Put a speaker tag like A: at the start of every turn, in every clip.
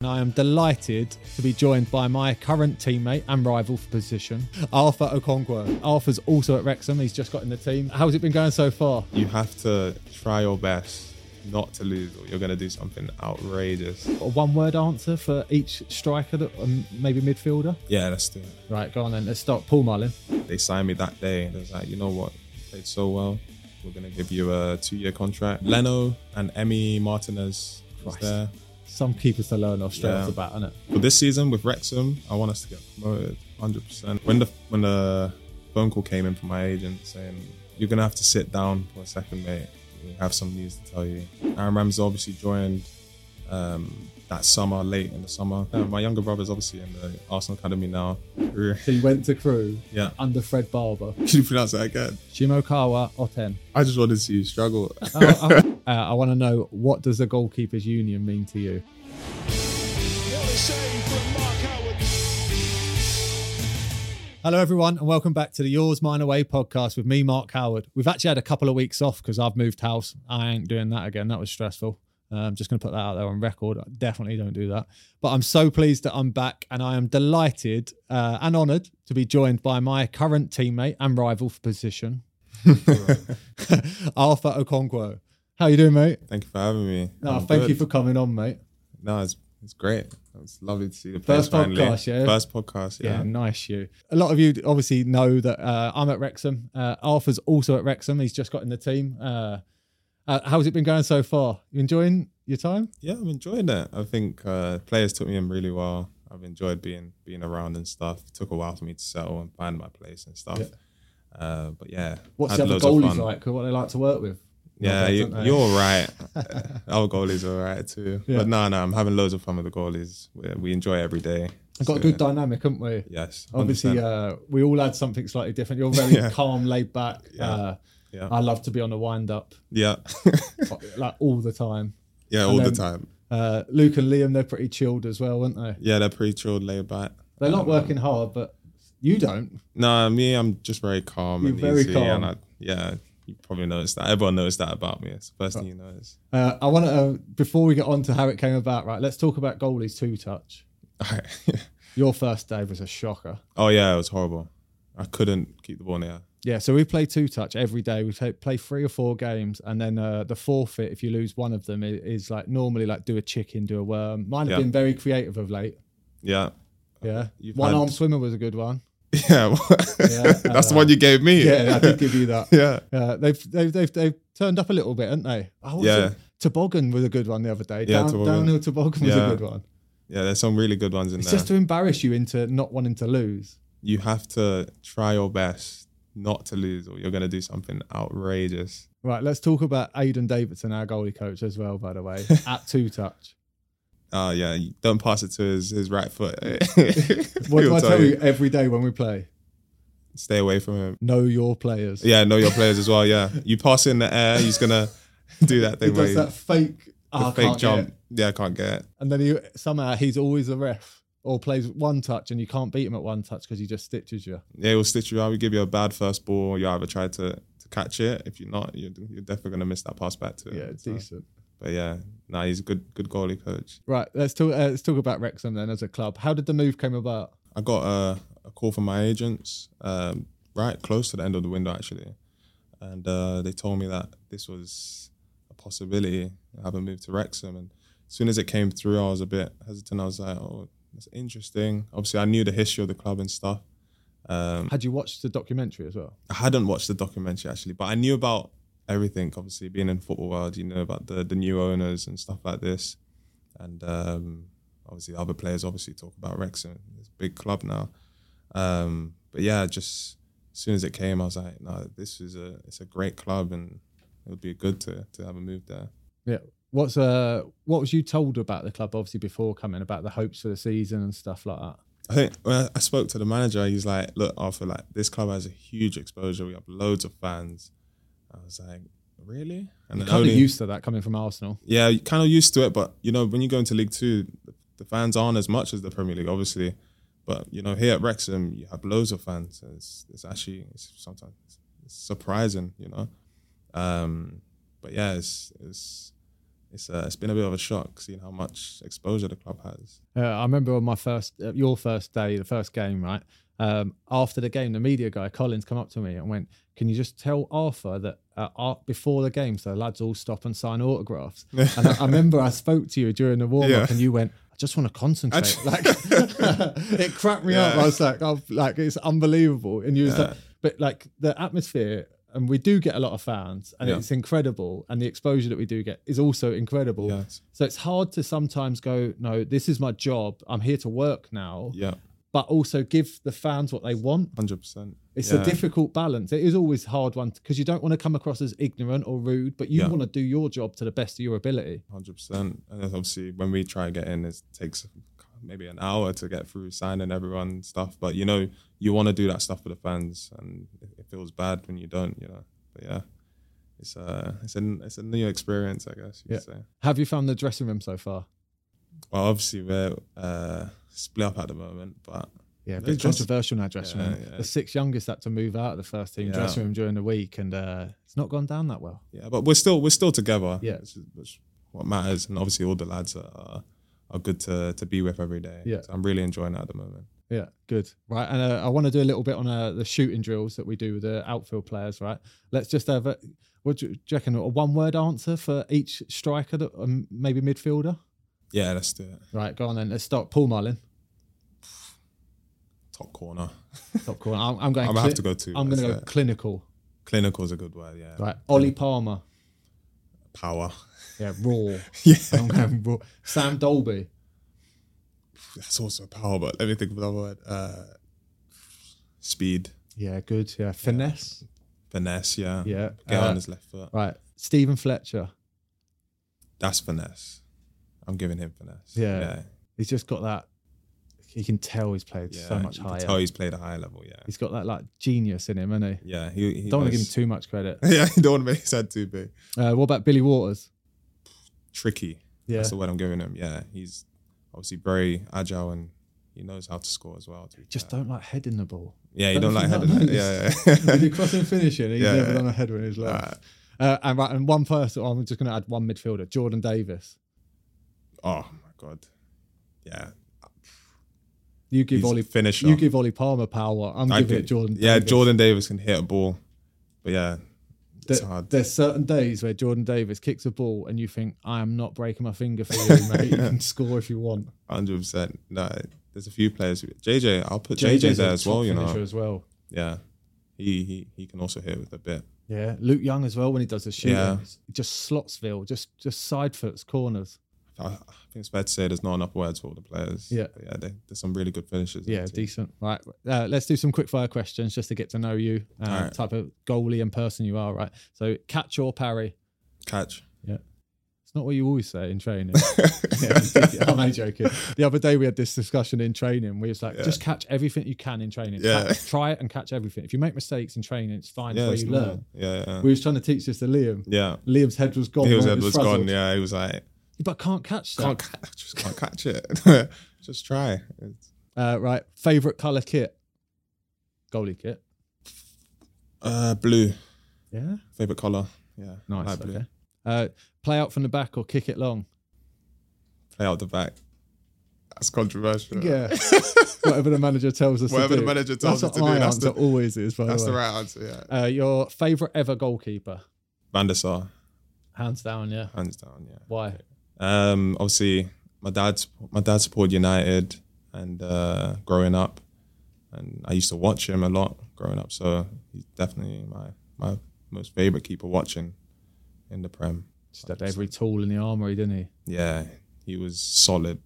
A: And I am delighted to be joined by my current teammate and rival for position, Arthur Okonkwo. Arthur's also at Wrexham. He's just got in the team. How's it been going so far?
B: You have to try your best not to lose, or you're going to do something outrageous.
A: A one word answer for each striker that um, maybe midfielder?
B: Yeah, let's do it.
A: Right, go on then. Let's start. Paul Mullin.
B: They signed me that day, and it was like, you know what? You played so well. We're going to give you a two year contract. Leno and Emmy Martinez was
A: Christ.
B: there.
A: Some keepers to learn off straight
B: Yeah.
A: off the bat, isn't it?
B: But this season with Wrexham, I want us to get promoted 100%. When the when the phone call came in from my agent saying, you're going to have to sit down for a second, mate. We have some news to tell you. Aaron Ramsey obviously joined um, that summer, late in the summer. Uh, my younger brother's obviously in the Arsenal Academy now.
A: He went to crew
B: Yeah.
A: under Fred Barber.
B: Can you pronounce that again?
A: Shimokawa Oten.
B: I just wanted to see you struggle.
A: Oh, I, uh, I want to know what does the goalkeepers union mean to you? Hello, everyone, and welcome back to the Yours Mine Away podcast with me, Mark Howard. We've actually had a couple of weeks off because I've moved house. I ain't doing that again. That was stressful. Uh, I'm just going to put that out there on record. I definitely don't do that. But I'm so pleased that I'm back, and I am delighted uh, and honoured to be joined by my current teammate and rival for position, Arthur Okonkwo. How you doing, mate?
B: Thank you for having me.
A: No,
B: I'm
A: Oh, thank
B: good.
A: you for coming on, mate.
B: No, it's, it's great. It's lovely to see the
A: First
B: place finally.
A: podcast, yeah?
B: First podcast,
A: Yeah,
B: yeah.
A: nice you. A lot of you obviously know that uh, I'm at Wrexham. Uh, Arthur's also at Wrexham. He's just got in the team. Uh, uh, how's it been going so far? You enjoying your time?
B: Yeah, I'm enjoying it. I think uh, players took me in really well. I've enjoyed being being around and stuff. It took a while for me to settle and find my place and stuff. Uh, but yeah,
A: What's
B: had
A: the other
B: loads of
A: goalies
B: fun.
A: like? What they like to work with?
B: Yeah,
A: Nowadays,
B: you,
A: aren't they?
B: you're right. Our goalies are right too.
A: Yeah.
B: But no, no, I'm having loads of fun with the goalies. We, we enjoy every day.
A: We've got a
B: So,
A: good dynamic, haven't we?
B: Yes,
A: Obviously,
B: 100%.
A: uh, we all had something slightly different. You're very
B: Yeah.
A: calm, laid back. Uh,
B: Yeah.
A: I love to be on the wind up,
B: yeah,
A: like all the time.
B: yeah, all the
A: then-
B: time.
A: Uh, Luke and Liam, they're pretty chilled as well, aren't they?
B: Yeah, they're pretty chilled, laid back.
A: They're not working hard, but you don't.
B: No, me, I'm just very calm
A: You're
B: and
A: very
B: easy.
A: calm.
B: And I, yeah, you probably noticed that. Everyone knows that about me. It's the first thing you notice.
A: Uh, I want to, uh, before we get on to how it came about, right, let's talk about goalies two touch.
B: Alright.
A: Your first day was a shocker.
B: oh yeah, it was horrible. I couldn't keep the ball in the air.
A: Yeah, so we play two touch every day. We play, play three or four games, and then uh, the forfeit, if you lose one of them, i- is like normally like do a chicken, do a worm. Mine have
B: Yeah.
A: been very creative of late.
B: Yeah.
A: Yeah.
B: You've
A: one
B: had-
A: arm swimmer was a good one.
B: Yeah. That's the one you gave me.
A: Yeah, I did give you that.
B: Yeah.
A: Uh, they've, they've, they've, they've turned up a little bit, haven't they? Oh, was
B: Yeah.
A: it? Toboggan was a good one the other day.
B: Yeah,
A: Down,
B: toboggan.
A: Downhill toboggan was
B: Yeah.
A: a good one.
B: Yeah, there's some really good ones in
A: It's
B: there.
A: just to embarrass you into not wanting to lose.
B: you have to try your best not to lose or you're gonna do something outrageous.
A: Right, let's talk about Aidan Davidson, our goalie coach, as well, by the way, at two touch.
B: Oh yeah, you don't pass it to his, his right foot.
A: What do
B: He'll
A: I tell you every day when we play?
B: Stay away from him.
A: Know your players.
B: Yeah, know your players as well. Yeah, you pass it in the air, he's gonna do that
A: He
B: thing. where
A: does
B: he-
A: that fake Oh, I
B: fake
A: can't get
B: jump.
A: it.
B: Yeah, I can't get it.
A: And then he somehow he's always a ref or plays one touch and you can't beat him at one touch because he just stitches you.
B: Yeah, it will stitch you out. We give you a bad first ball. You either try to, to catch it. If you're not, you're, you're definitely gonna miss that pass back to him.
A: Yeah,
B: So-
A: decent.
B: But yeah, nah, he's a good good goalie coach.
A: Right, let's talk. Uh, let's talk about Wrexham then as a club. How did the move come about?
B: I got a, a call from my agents um, right close to the end of the window actually, and uh, they told me that this was a possibility. I have a move to Wrexham, and as soon as it came through, I was a bit hesitant. I was like, "Oh, that's interesting." Obviously, I knew the history of the club and stuff. Um,
A: Had you watched the documentary as well?
B: I hadn't watched the documentary actually, but I knew about everything. Obviously, being in the football world, you know about the the new owners and stuff like this, and um, obviously other players obviously talk about Wrexham. It's a big club now, um, but yeah, just as soon as it came, I was like, no, this is a it's a great club, and it would be good to to have a move there.
A: Yeah. What's uh what was you told about the club obviously before coming about the hopes for the season and stuff like that?
B: I think when I spoke to the manager, he's like, "Look, Arthur, like this club has a huge exposure. We have loads of fans." I was like, "Really?"
A: You're
B: And then
A: kind of
B: only-
A: used to that coming from Arsenal.
B: yeah, you're kind of used to it. But you know, when you go into League Two, the fans aren't as much as the Premier League, obviously. But you know, here at Wrexham, you have loads of fans. and It's, it's actually it's sometimes it's surprising, you know. Um, but yeah, it's it's it's, uh, it's been a bit of a shock seeing how much exposure the club has.
A: Uh, I remember on my first, uh, your first day, the first game, right? Um, after the game, the media guy Collins come up to me and went, "Can you just tell Arthur that uh, Ar- before the game, so the lads all stop and sign autographs?" and I, I remember I spoke to you during the warm up,
B: Yeah.
A: and you went, "I just want to concentrate."
B: just-
A: like it cracked me up. I was like, "Oh, like it's unbelievable," and you was like, "But like the atmosphere." And we do get a lot of fans, and
B: Yeah.
A: it's incredible. And the exposure that we do get is also incredible.
B: Yes.
A: So it's hard to sometimes go, no, this is my job. I'm here to work now,
B: Yeah,
A: but also give the fans what they want.
B: hundred percent.
A: It's
B: Yeah.
A: a difficult balance. It is always a hard one because you don't want to come across as ignorant or rude, but you
B: Yeah.
A: want to do your job to the best of your ability.
B: Hundred percent, and that's obviously when we try and get in, it takes maybe an hour to get through signing everyone and stuff. But you know, you want to do that stuff for the fans, and it, it feels bad when you don't, you know. But yeah, it's a it's a it's a new experience, I guess you could say.
A: Have you found the dressing room so far?
B: Well, obviously we're uh, split up at the moment, but
A: Yeah, a
B: The
A: bit
B: dress-
A: controversial now, dressing
B: Yeah,
A: room.
B: yeah.
A: The six youngest had to move out of the first team
B: Yeah.
A: dressing room during the week, and uh, it's not gone down that well.
B: yeah, but we're still we're still together.
A: Yeah.
B: which is, which is what matters, and obviously all the lads are- are are good to to be with every day.
A: Yeah.
B: so I'm really enjoying it at the moment.
A: Yeah, good. Right, and uh, I want to do a little bit on uh, the shooting drills that we do with the outfield players. Right, let's just have a what do you do you reckon? A one-word answer for each striker, that um, maybe midfielder.
B: Yeah, let's do it.
A: Right, go on then. Let's start. Paul Marlin,
B: Top corner.
A: top corner. I'm, I'm going.
B: I'm gonna have to go two,
A: I'm going to
B: that's
A: go
B: it.
A: clinical.
B: Clinical's a good word. Yeah.
A: Right, Ollie Palmer.
B: Power.
A: Yeah, raw.
B: Yeah.
A: I'm going raw. Sam Dolby.
B: That's also power, but let me think of another word. Uh, speed,
A: Yeah, good. Yeah, finesse.
B: finesse. Yeah,
A: Yeah.
B: Get
A: Uh,
B: on his left foot.
A: Right, Stephen Fletcher.
B: That's finesse. I'm giving him finesse.
A: Yeah. He's just got that. You can tell he's played so much
B: you can
A: higher.
B: tell he's played a higher level. Yeah,
A: He's got that like genius in him, isn't he?
B: yeah. He, he
A: Don't want to give
B: knows-
A: him too much credit.
B: yeah, you don't want to make his head too big.
A: Uh, what about Billy Waters?
B: Tricky.
A: Yeah.
B: that's the word I'm giving him. Yeah, he's obviously very agile and he knows how to score as well. to be
A: Just
B: fair.
A: don't like heading the ball.
B: Yeah, you
A: don't
B: don't like
A: think
B: heading.
A: that
B: it.
A: matters.
B: Yeah, yeah.
A: With the crossing finishing, he's
B: Yeah.
A: never done a header in his life. Uh, and right, and one person, I'm just going to add one midfielder, Jordan Davis.
B: oh my god. Yeah,
A: You give
B: He's a
A: Ollie
B: finisher.
A: You give Ollie Palmer power. I'm
B: I
A: giving
B: think-
A: it Jordan.
B: Yeah,
A: Davis.
B: Jordan Davis can hit a ball, but yeah,
A: There-
B: it's hard.
A: There's certain days where Jordan Davis kicks a ball, and you think, I am not breaking my finger for you, mate. You can score if you want.
B: Hundred percent. No, there's a few players. who- JJ, I'll put JJ
A: JJ's a
B: there as well.
A: top
B: You
A: finisher
B: know,
A: as well.
B: yeah, he he he can also hit with a bit.
A: Yeah, Luke Young as well when he does the shooting.
B: Yeah.
A: Just slotsville, just just side foots, corners.
B: I, I think it's fair to say there's not enough words for all the players.
A: Yeah.
B: But yeah. They, there's some really good finishes. in
A: Yeah,
B: the team.
A: decent. Right, uh, let's do some quick fire questions just to get to know you, uh,
B: Alright.
A: type of goalie and person you are. Right, so catch or parry.
B: catch.
A: Yeah, it's not what you always say in training. yeah, I'm only joking. The other day we had this discussion in training. We was like, just catch everything you can in training.
B: Yeah.
A: Catch- try it and catch everything. If you make mistakes in training, it's fine.
B: Yeah,
A: it's where
B: it's
A: you
B: normal.
A: learn.
B: Yeah, yeah.
A: We was trying to teach this to Liam.
B: yeah.
A: Liam's head was gone.
B: He was,
A: weren't
B: was
A: frazzled.
B: gone. Yeah, he was like,
A: But can't catch that.
B: Can't catch, just can't catch it. just try. It's,
A: Uh, right. Favorite color kit? Goalie kit.
B: uh, blue.
A: Yeah.
B: Favorite color. Yeah.
A: Nice.
B: light blue.
A: okay. Uh, play out from the back or kick it long.
B: Play out the back. That's controversial.
A: Whatever the manager tells us.
B: Whatever
A: to
B: the
A: do.
B: manager tells
A: that's
B: us
A: what
B: to do,
A: My
B: that's
A: answer
B: the-
A: always is. By
B: That's
A: the,
B: the
A: way.
B: right answer. Yeah.
A: Uh, your favorite ever goalkeeper?
B: Van der Sar,
A: Hands down. Yeah.
B: hands down. Yeah.
A: Why?
B: Um, obviously, my dad's my dad supported United, and uh, growing up, and I used to watch him a lot growing up. So he's definitely my my most favorite keeper watching in the Prem.
A: Just had every tool in the armory, didn't he?
B: Yeah, he was solid,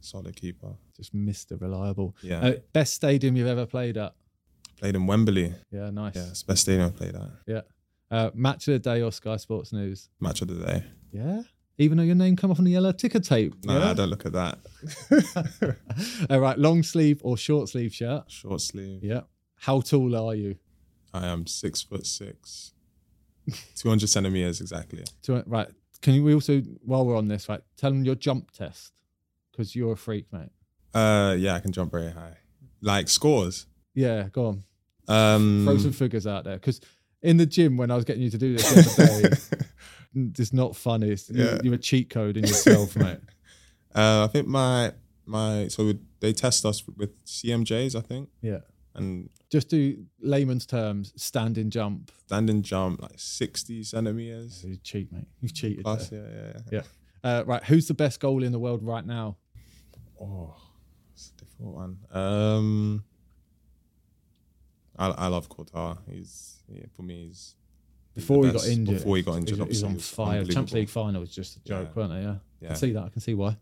B: solid keeper.
A: Just Mr. Reliable.
B: Yeah.
A: Uh, best stadium you've ever played at?
B: Played in Wembley.
A: Yeah. Nice.
B: Yeah, it's the best stadium I played at.
A: Yeah. Uh, match of the day or Sky Sports News?
B: Match of the day.
A: Yeah. Even though your name come off on the yellow ticker tape.
B: No,
A: yeah?
B: I don't look at that.
A: All right, long sleeve or short sleeve shirt?
B: Short sleeve.
A: Yeah. How tall are you?
B: I am six foot six, two hundred centimeters exactly.
A: To, right. Can you we also while we're on this, right? Tell them your jump test because you're a freak, mate.
B: Uh, yeah, I can jump very high. Like scores.
A: Yeah, go on.
B: Um,
A: Throw some figures out there because in the gym when I was getting you to do this the other day, it's not funny. It's,
B: Yeah.
A: you, you're a cheat code in yourself, mate.
B: Uh, I think my my so they test us with CMJs, I think,
A: Yeah.
B: and
A: Just do layman's terms, standing jump.
B: standing jump like sixty centimeters
A: You cheat, mate. You've cheated.
B: plus.
A: there.
B: Yeah, yeah, yeah.
A: Yeah. Uh, right. Who's the best goal in the world right now?
B: Oh, it's a difficult one. Um, I I love Qatar. He's yeah, for me he's he's the
A: before he got
B: best.
A: injured.
B: Before he got injured,
A: he was
B: obviously,
A: on
B: he was
A: fire. Champions
B: unbelievable.
A: League final was just a joke,
B: Yeah.
A: weren't it? Yeah. I
B: Yeah.
A: can see that. I can see why.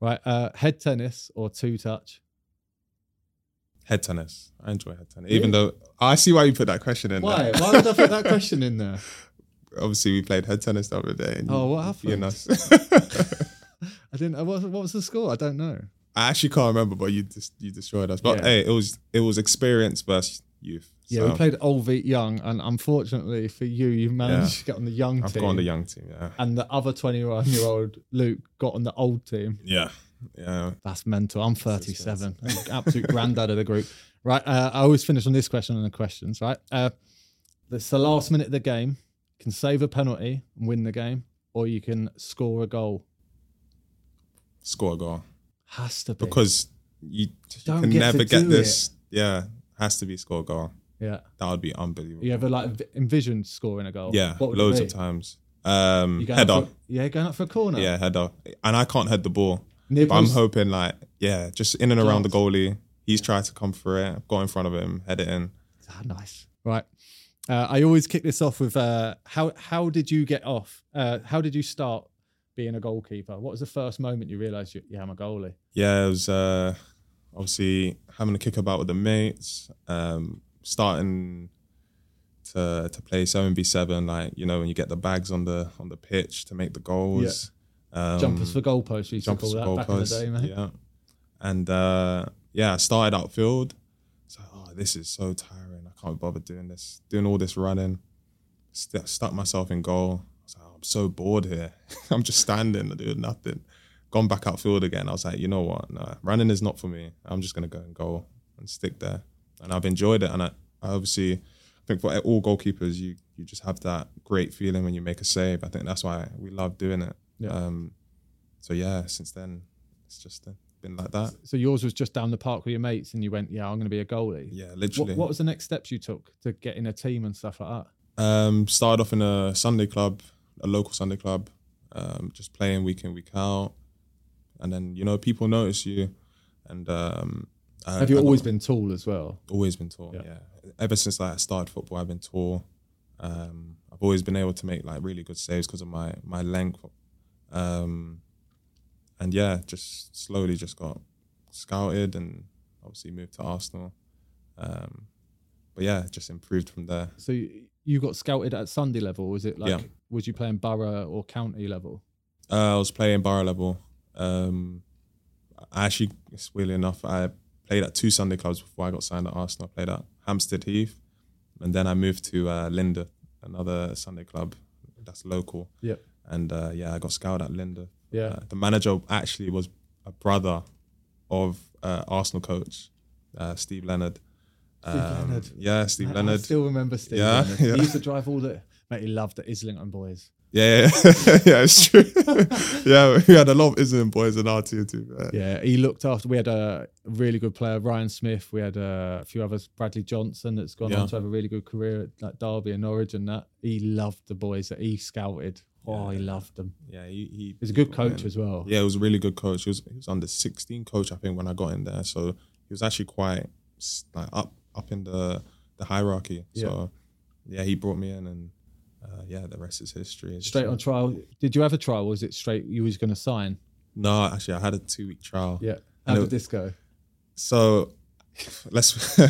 A: Right. Uh, head tennis or two touch?
B: Head tennis. I enjoy head tennis, even though I see why you put that question in.
A: Why?
B: there.
A: Why did I put that question in there?
B: Obviously, we played head tennis the other day. and
A: Oh,
B: you-
A: what
B: you
A: happened?
B: know.
A: I didn't. uh, What, what was the score? I don't know.
B: I actually can't remember, but you just you destroyed us. But
A: Yeah.
B: hey, it was it was experience versus youth.
A: Yeah, we
B: So,
A: played Olvit Young, and unfortunately for you, you managed
B: Yeah.
A: to get on the young
B: I've
A: team.
B: got on the young team. Yeah,
A: And the other 21 year old Luke got on the old team.
B: yeah, yeah.
A: That's mental. I'm 37. I'm the absolute granddad of the group. Right. Uh, I always finish on this question and the questions, right? Uh, it's the last minute of the game. You can save a penalty and win the game, or you can score a goal.
B: Score a goal
A: Has to be.
B: because you, you
A: Don't
B: can
A: get
B: never
A: to
B: get
A: do
B: this. Yeah, has to be score a goal.
A: Yeah.
B: That would be unbelievable.
A: You ever like envisioned scoring a goal?
B: yeah,
A: What would it
B: loads
A: be?
B: of times. Um,
A: You going
B: header.
A: up For, yeah, going up for a corner.
B: Yeah, header. And I can't head the ball.
A: Near
B: But I'm
A: post.
B: hoping, like, yeah, just in and around the
A: Chance.
B: goalie. He's tried to come for it. I've got in front of him, head it in.
A: Ah, nice. Right. Uh, I always kick this off with uh, how how did you get off? Uh, how did you start being a goalkeeper? What was the first moment you realised you yeah I'm a goalie?
B: yeah, it was uh, obviously having a kick about with the mates, um, starting to to play seven v seven, like you know when you get the bags on the on the pitch to make the goals, um,
A: jumpers for goalposts, we used to
B: jumpers
A: call
B: for
A: that back
B: goalposts,
A: in the day, mate.
B: yeah, and uh, yeah, I started outfield. So oh, this is so tiring. I can't bother doing this, doing all this running. St- stuck myself in goal. I was like, oh, I'm so bored here. I'm just standing, doing nothing. Gone back outfield again. I was like, you know what? No, running is not for me. I'm just gonna go and goal and stick there. And I've enjoyed it. And I, I obviously, I think for all goalkeepers, you you just have that great feeling when you make a save. I think that's why we love doing it.
A: Yeah.
B: Um, so yeah, since then, it's just uh, been like that.
A: So yours was just down the park with your mates, and you went, yeah, I'm going to be a goalie.
B: Yeah,
A: What,
B: literally.
A: what was the next steps you took to get in a team and stuff like that?
B: Um, started off in a Sunday club, a local Sunday club, um, just playing week in, week out. And then, you know, people notice you. And um, I-
A: Have you
B: I got-
A: always been tall as well?
B: Always been tall, yeah. Ever since like, I started football, I've been tall. Um, I've always been able to make like really good saves because of my, my length. Um, and yeah, just slowly just got scouted and obviously moved to Arsenal. Um, but yeah, just improved from there.
A: So you, you got scouted at Sunday level? Was it like
B: Yeah.
A: was you playing borough or county level?
B: Uh, I was playing borough level. Um, I actually, it's weirdly enough, I played at two Sunday clubs before I got signed at Arsenal. I played at Hampstead Heath, and then I moved to uh, Linda, another Sunday club that's local.
A: Yep.
B: And uh, yeah, I got scouted at Linda
A: Yeah.
B: Uh, the manager actually was a brother of uh, Arsenal coach uh, Steve Leonard. Um,
A: Leonard.
B: Yeah, Steve
A: Mate, I
B: Leonard.
A: still remember Steve.
B: Yeah,
A: Leonard.
B: yeah.
A: He used to drive all the. Mate, he loved the Islington boys.
B: Yeah, yeah, yeah. yeah, it's true. yeah, we had a lot of Islam boys in our tier too. man.
A: Yeah, he looked after. We had a really good player, Ryan Smith. We had uh, a few others, Bradley Johnson, that's gone
B: Yeah.
A: on to have a really good career at like Derby and Norwich and that. He loved the boys that he scouted. Oh, he loved them.
B: Yeah, he, he,
A: He was a good coach as well.
B: Yeah, he was a really good coach. He was he was under sixteen coach, I think, when I got in there. So he was actually quite s- like up up in the the hierarchy. So yeah, he brought me in, and uh, yeah, the rest is history. It's
A: Straight
B: just-
A: on trial. Did you have a trial? Or was it straight? You was going to sign?
B: No, actually, I had a two week trial.
A: Yeah.
B: I
A: How
B: know.
A: did this go?
B: so let's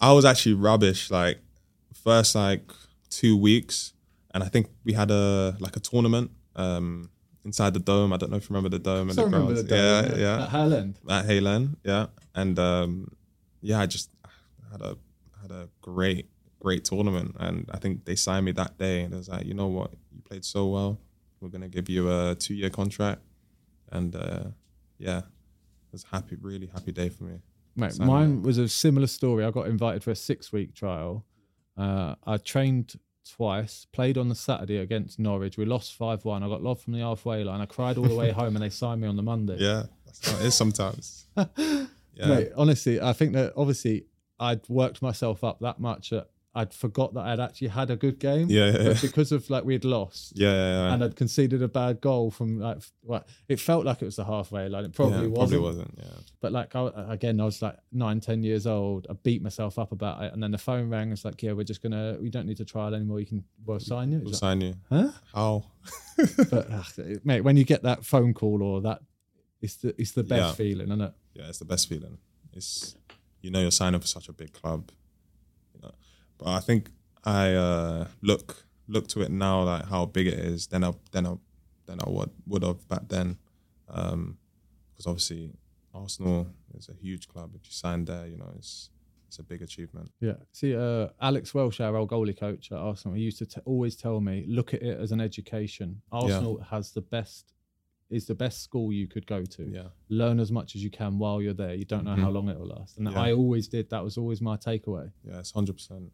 B: i was actually rubbish like first like two weeks and i think we had a like a tournament um inside the dome i don't know if you remember the dome and
A: So I
B: the
A: remember
B: grounds
A: the
B: yeah
A: day,
B: yeah
A: At Highland.
B: at Haylen, yeah, and um, yeah, I just had a had a great great tournament, and I think they signed me that day, and it was like, you know what, you played so well, we're gonna give you a two year contract, and uh, yeah, it was a happy, really happy day for me.
A: Mate,
B: So-
A: mine was a similar story. I got invited for a six week trial. Uh, I trained twice, played on the Saturday against Norwich. We lost 5 1. I got lobbed from the halfway line. I cried all the way home and they signed me on the Monday.
B: Yeah, that's how it is sometimes. Yeah,
A: Mate, honestly, I think that obviously I'd worked myself up that much that I'd forgot that I'd actually had a good game.
B: Yeah, yeah,
A: But
B: yeah.
A: because of like we'd lost,
B: yeah, yeah, yeah.
A: and I'd conceded a bad goal from like f- well, it felt like it was the halfway line. It probably
B: yeah,
A: wasn't.
B: probably wasn't. Yeah,
A: But like I, again, I was like nine, ten years old. I beat myself up about it, and then the phone rang. It's like, yeah, we're just gonna, we don't need to trial anymore. You can, we'll sign you. It
B: we'll
A: was
B: sign you.
A: Huh?
B: How?
A: like- but ah, mate, when you get that phone call or that, it's the it's the best
B: Yeah.
A: feeling, isn't it?
B: yeah, it's the best feeling. It's you know you're signing for such a big club, you know. But I think I uh, look look to it now like how big it is. Then I then I then I would would have back then, because obviously Arsenal is a huge club. If you sign there, you know it's it's a big achievement.
A: Yeah. See, uh, Alex Welsh, our old goalie coach at Arsenal, he used to t- always tell me, look at it as an education. Arsenal has the best, is the best school you could go to.
B: Yeah. Mm-hmm.
A: Learn as much as you can while you're there. You don't know how long it will last, and
B: Yeah.
A: I always did. That was always my takeaway.
B: Yeah, it's hundred percent.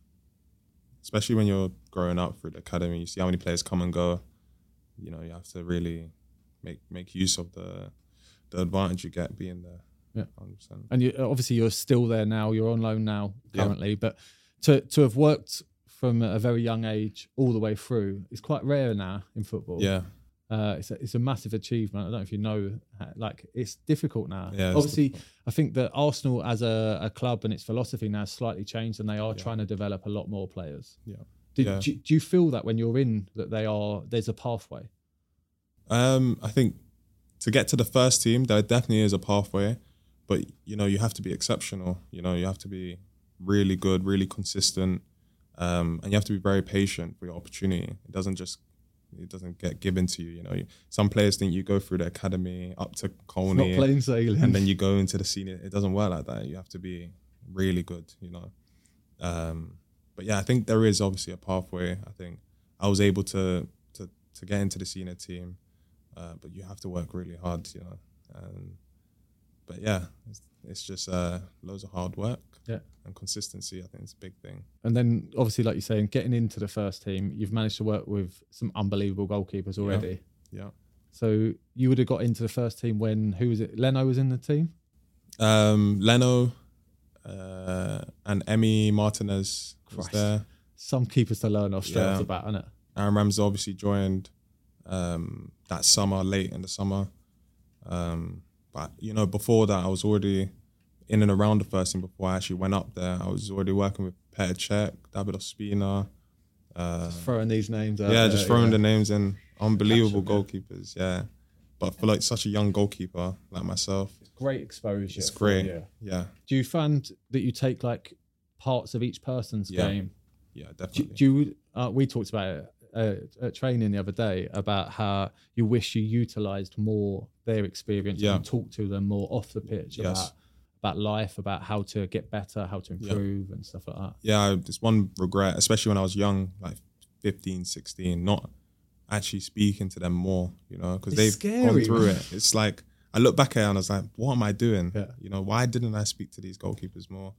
B: Especially when you're growing up through the academy, you see how many players come and go. You know, you have to really make make use of the the advantage you get being there.
A: Yeah.
B: hundred percent.
A: and you obviously you're still there now you're on loan now currently but to to have worked from a very young age all the way through is quite rare now in football
B: Yeah,
A: uh, it's, a, it's a massive achievement i don't know if you know how- like it's difficult now
B: Yeah, it's
A: obviously i think that arsenal as a, a club and its philosophy now has slightly changed and they are trying to develop a lot more players
B: yeah.
A: Did,
B: Yeah.
A: do, do you feel that when you're in that they are there's a pathway
B: Um, I think to get to the first team, there definitely is a pathway, but you know you have to be exceptional. You know you have to be really good, really consistent, um, and you have to be very patient for your opportunity. It doesn't just it doesn't get given to you. You know, You- some players think you go through the academy up to
A: not
B: Colney,
A: plain sailing
B: and then you go into the senior. It doesn't work like that. You have to be really good, you know. Um, but yeah, I think there is obviously a pathway. I think I was able to to, to get into the senior team, uh, but you have to work really hard, you know. Um, but yeah, it's, it's just uh, loads of hard work
A: yeah
B: and consistency. I think it's a big thing.
A: And then, obviously, like you're saying, getting into the first team, you've managed to work with some unbelievable goalkeepers already.
B: Yeah.
A: So you would have got into the first team when who was it? Leno was in the team.
B: Um, Leno uh, and Emmy Martinez was
A: Christ.
B: there.
A: Some keepers to learn off straight
B: Yeah.
A: off the bat, innit?
B: Aaron Ramsey obviously joined um, that summer, late in the summer. Um, but you know, before that, I was already in and around the first team. Before I actually went up there, I was already working with Petr Cech, David Ospina. Uh,
A: Throwing these names out.
B: yeah,
A: there,
B: just throwing
A: yeah.
B: the names in. Unbelievable
A: Caption,
B: goalkeepers, yeah. But for like such a young goalkeeper like myself,
A: great exposure.
B: it's great.
A: Yeah.
B: Yeah,
A: Do you find that you take like parts of each person's
B: Yeah.
A: game?
B: yeah,
A: Do,
B: definitely.
A: do you? Uh, we talked about it uh, at training the other day about how you wish you utilised more their experience
B: Yeah.
A: and talked to them more off the pitch
B: Yes.
A: about about life, about how to get better, how to improve, and stuff like that.
B: yeah, I- it's one regret, especially when I was young, like 15, 16, not actually speaking to them more, you know, because
A: It's
B: they've gone
A: scary,
B: through
A: man.
B: it. It's like I look back at it and I was like, what am I doing?
A: Yeah.
B: You know, why didn't I speak to these goalkeepers more?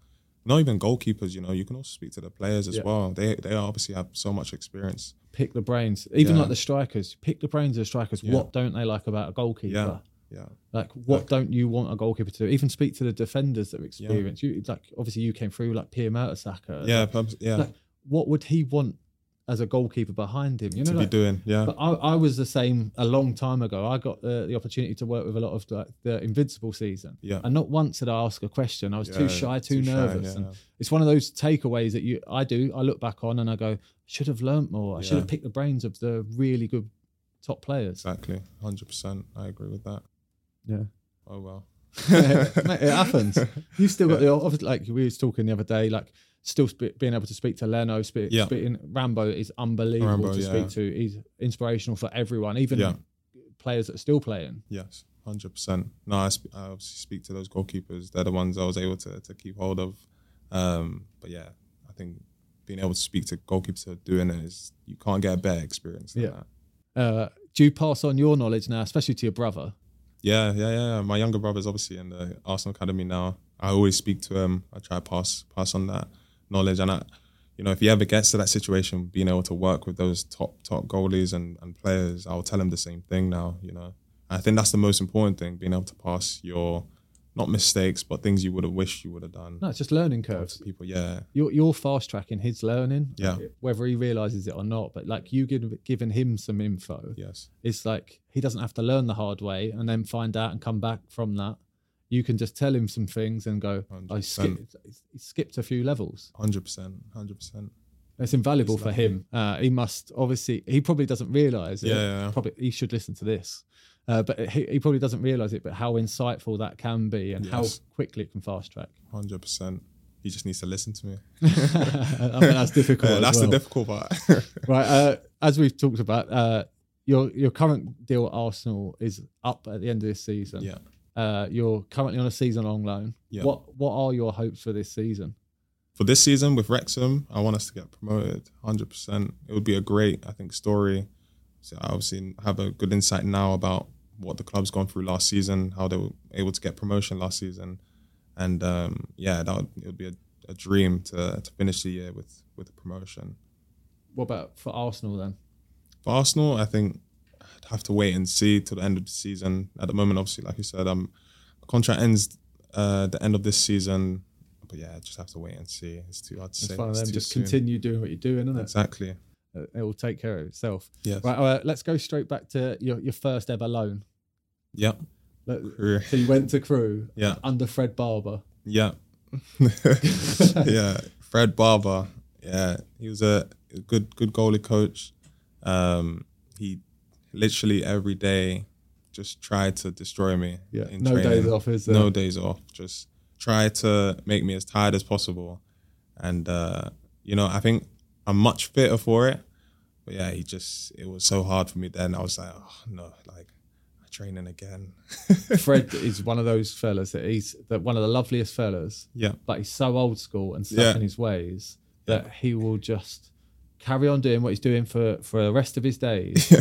B: Not even goalkeepers, you know, you can also speak to the players as
A: Yeah.
B: well. They they obviously have so much experience.
A: Pick the brains, even
B: Yeah.
A: like the strikers. Pick the brains of the strikers.
B: Yeah.
A: What don't they like about a goalkeeper?
B: Yeah. Yeah.
A: Like, what
B: Like-
A: don't you want a goalkeeper to do? Even speak to the defenders that are experienced. You like, obviously, you came through like Pierre Mertesacker.
B: Yeah. perhaps- yeah.
A: Like, what would he want as a goalkeeper behind him? You know,
B: to be
A: like-
B: doing. Yeah.
A: But I, I was the same a long time ago. I got the, the opportunity to work with a lot of like the Invincible season.
B: Yeah.
A: And not once did I ask a question. I was
B: Yeah,
A: too shy, too,
B: too shy,
A: nervous.
B: yeah.
A: And it's one of those takeaways that you I do. I look back on and I go, should have learnt more. I should
B: Yeah.
A: have picked the brains of the really good top players.
B: Exactly. Hundred percent. I agree with that.
A: Yeah.
B: Oh well.
A: Mate, it happens. You still got the obviously like we was talking the other day, like still sp- being able to speak to Leno, spe-
B: Yeah.
A: speaking Rambo is unbelievable
B: Rambo,
A: to
B: yeah.
A: speak to. He's inspirational for everyone, even
B: Yeah.
A: players that are still playing.
B: Yes, hundred percent. No, I, sp- I obviously speak to those goalkeepers. They're the ones I was able to, to keep hold of. Um, but yeah, I think being able to speak to goalkeepers who are doing it is you can't get a better experience. Than
A: Yeah.
B: that.
A: Uh, do you pass on your knowledge now, especially to your brother?
B: Yeah, yeah, yeah. My younger brother's obviously in the Arsenal academy now. I always speak to him. I try to pass pass on that knowledge, and I, you know, if he ever gets to that situation, being able to work with those top top goalies and and players, I'll tell him the same thing now. You know, I think that's the most important thing: being able to pass your not mistakes, but things you would have wished you would have done.
A: No, it's just learning curves.
B: To people, yeah,
A: You're, you're fast tracking his learning,
B: Yeah.
A: whether he realizes it or not. But like you give, giving him some info,
B: yes,
A: it's like he doesn't have to learn the hard way and then find out and come back from that. You can just tell him some things and go, I skipped,
B: 100%.
A: he skipped a few levels.
B: hundred percent, hundred percent.
A: It's invaluable for him. Uh, he must obviously he probably doesn't realize it.
B: Yeah, yeah, yeah.
A: Probably he should listen to this, uh, but he, he probably doesn't realize it. But how insightful that can be, and
B: Yes.
A: how quickly it can fast track.
B: Hundred percent. He just needs to listen to me.
A: I mean, that's difficult.
B: Yeah,
A: as
B: that's
A: well.
B: the difficult part.
A: right. Uh, as we've talked about, uh, your your current deal at Arsenal is up at the end of this season.
B: yeah.
A: Uh, you're currently on a season long loan.
B: Yeah.
A: What what are your hopes for this season?
B: for this season with Wrexham, I want us to get promoted 100%. It would be a great, I think, story. So I obviously have a good insight now about what the club's gone through last season, how they were able to get promotion last season. And um, yeah, that would, it would be a, a dream to, to finish the year with, with a promotion.
A: What about for Arsenal then?
B: For Arsenal, I think I'd have to wait and see till the end of the season. At the moment, obviously, like you said, um, my contract ends uh, the end of this season. But yeah, I just have to wait and see. It's too hard to
A: It's
B: say.
A: one of
B: It's
A: them.
B: too
A: Just
B: soon.
A: continue doing what you're doing, isn't it?
B: Exactly.
A: Uh, It will take care of itself.
B: Yes.
A: Right. Uh, let's go straight back to your, your first ever loan.
B: Yeah.
A: Let-
B: Career.
A: So you went to Crew
B: Yeah.
A: under Fred Barber.
B: Yeah. yeah. Fred Barber. Yeah. He was a good good goalie coach. Um, he literally every day just tried to destroy me.
A: Yeah, no days off, is there?
B: No days off. Just try to make me as tired as possible. And uh, you know, I think I'm much fitter for it. But yeah, he just it was so hard for me then. I was like, oh no, like training again.
A: Fred is one of those fellas that he's that one of the loveliest fellas.
B: Yeah.
A: but he's so old school and stuck
B: Yeah.
A: in his ways that he will just carry on doing what he's doing for for the rest of his days,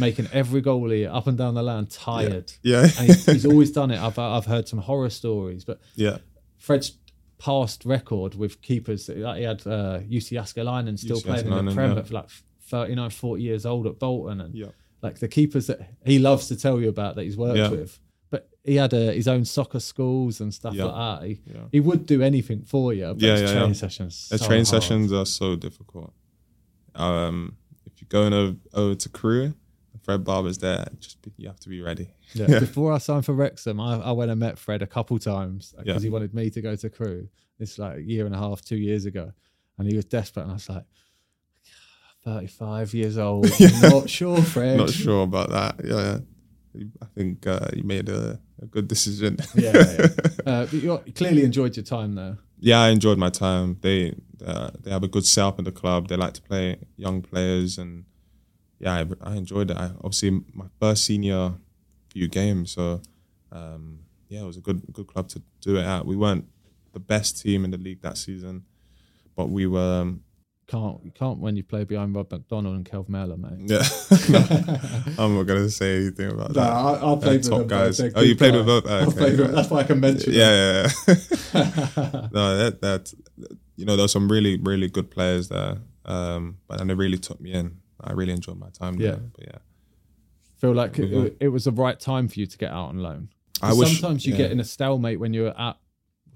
A: making every goalie up and down the land tired.
B: Yeah.
A: and he's, he's always done it. I've I've heard some horror stories, but
B: Yeah.
A: Fred's past record with keepers like he had uh, UC Askelainen still
B: UC
A: playing in the
B: Askelainen,
A: Prem
B: yeah.
A: at like 39, 40 years old at Bolton and
B: Yeah.
A: like the keepers that he loves to tell you about that he's worked
B: Yeah.
A: with. But he had uh, his own soccer schools and stuff
B: Yeah.
A: like that. He, he would do anything for you. But
B: Yeah,
A: his
B: yeah,
A: training
B: yeah.
A: sessions.
B: The
A: so
B: train
A: hard.
B: sessions are so difficult. Um, if you're going over, over to Korea, Fred Barber's there. Just be, you have to be ready.
A: Yeah. Before I signed for Wrexham, I, I went and met Fred a couple times because
B: Yeah.
A: he wanted me to go to crew. It's like a year and a half, two years ago. And he was desperate. And I was like, 35 years old. I'm not sure, Fred.
B: Not sure about that. Yeah, yeah. I think uh, you made a, a good decision.
A: Yeah. yeah. uh, but you clearly enjoyed your time there.
B: yeah, I enjoyed my time. They uh, they have a good setup in the club. They like to play young players, and yeah, I, I enjoyed it. I, obviously, my first senior few games, so um, yeah, it was a good good club to do it at. We weren't the best team in the league that season, but we were um,
A: can't you can't when you play behind Rob McDonald and Kelv Miller, mate.
B: Yeah, I'm not gonna say anything about
A: No,
B: that.
A: I, I
B: They're
A: played
B: top
A: with them.
B: guys.
A: They're
B: Oh, you
A: good
B: played with
A: guys.
B: both? Oh,
A: I've
B: okay.
A: played with- That's why I can mention. them.
B: yeah, yeah, yeah. no, that that you know, there's some really really good players there, um, but and they really took me in. I really enjoyed my time there.
A: Yeah.
B: But yeah,
A: feel like it, it was the right time for you to get out on loan.
B: Mm-hmm. I wish-
A: sometimes you
B: yeah.
A: get in a stalemate when you're at,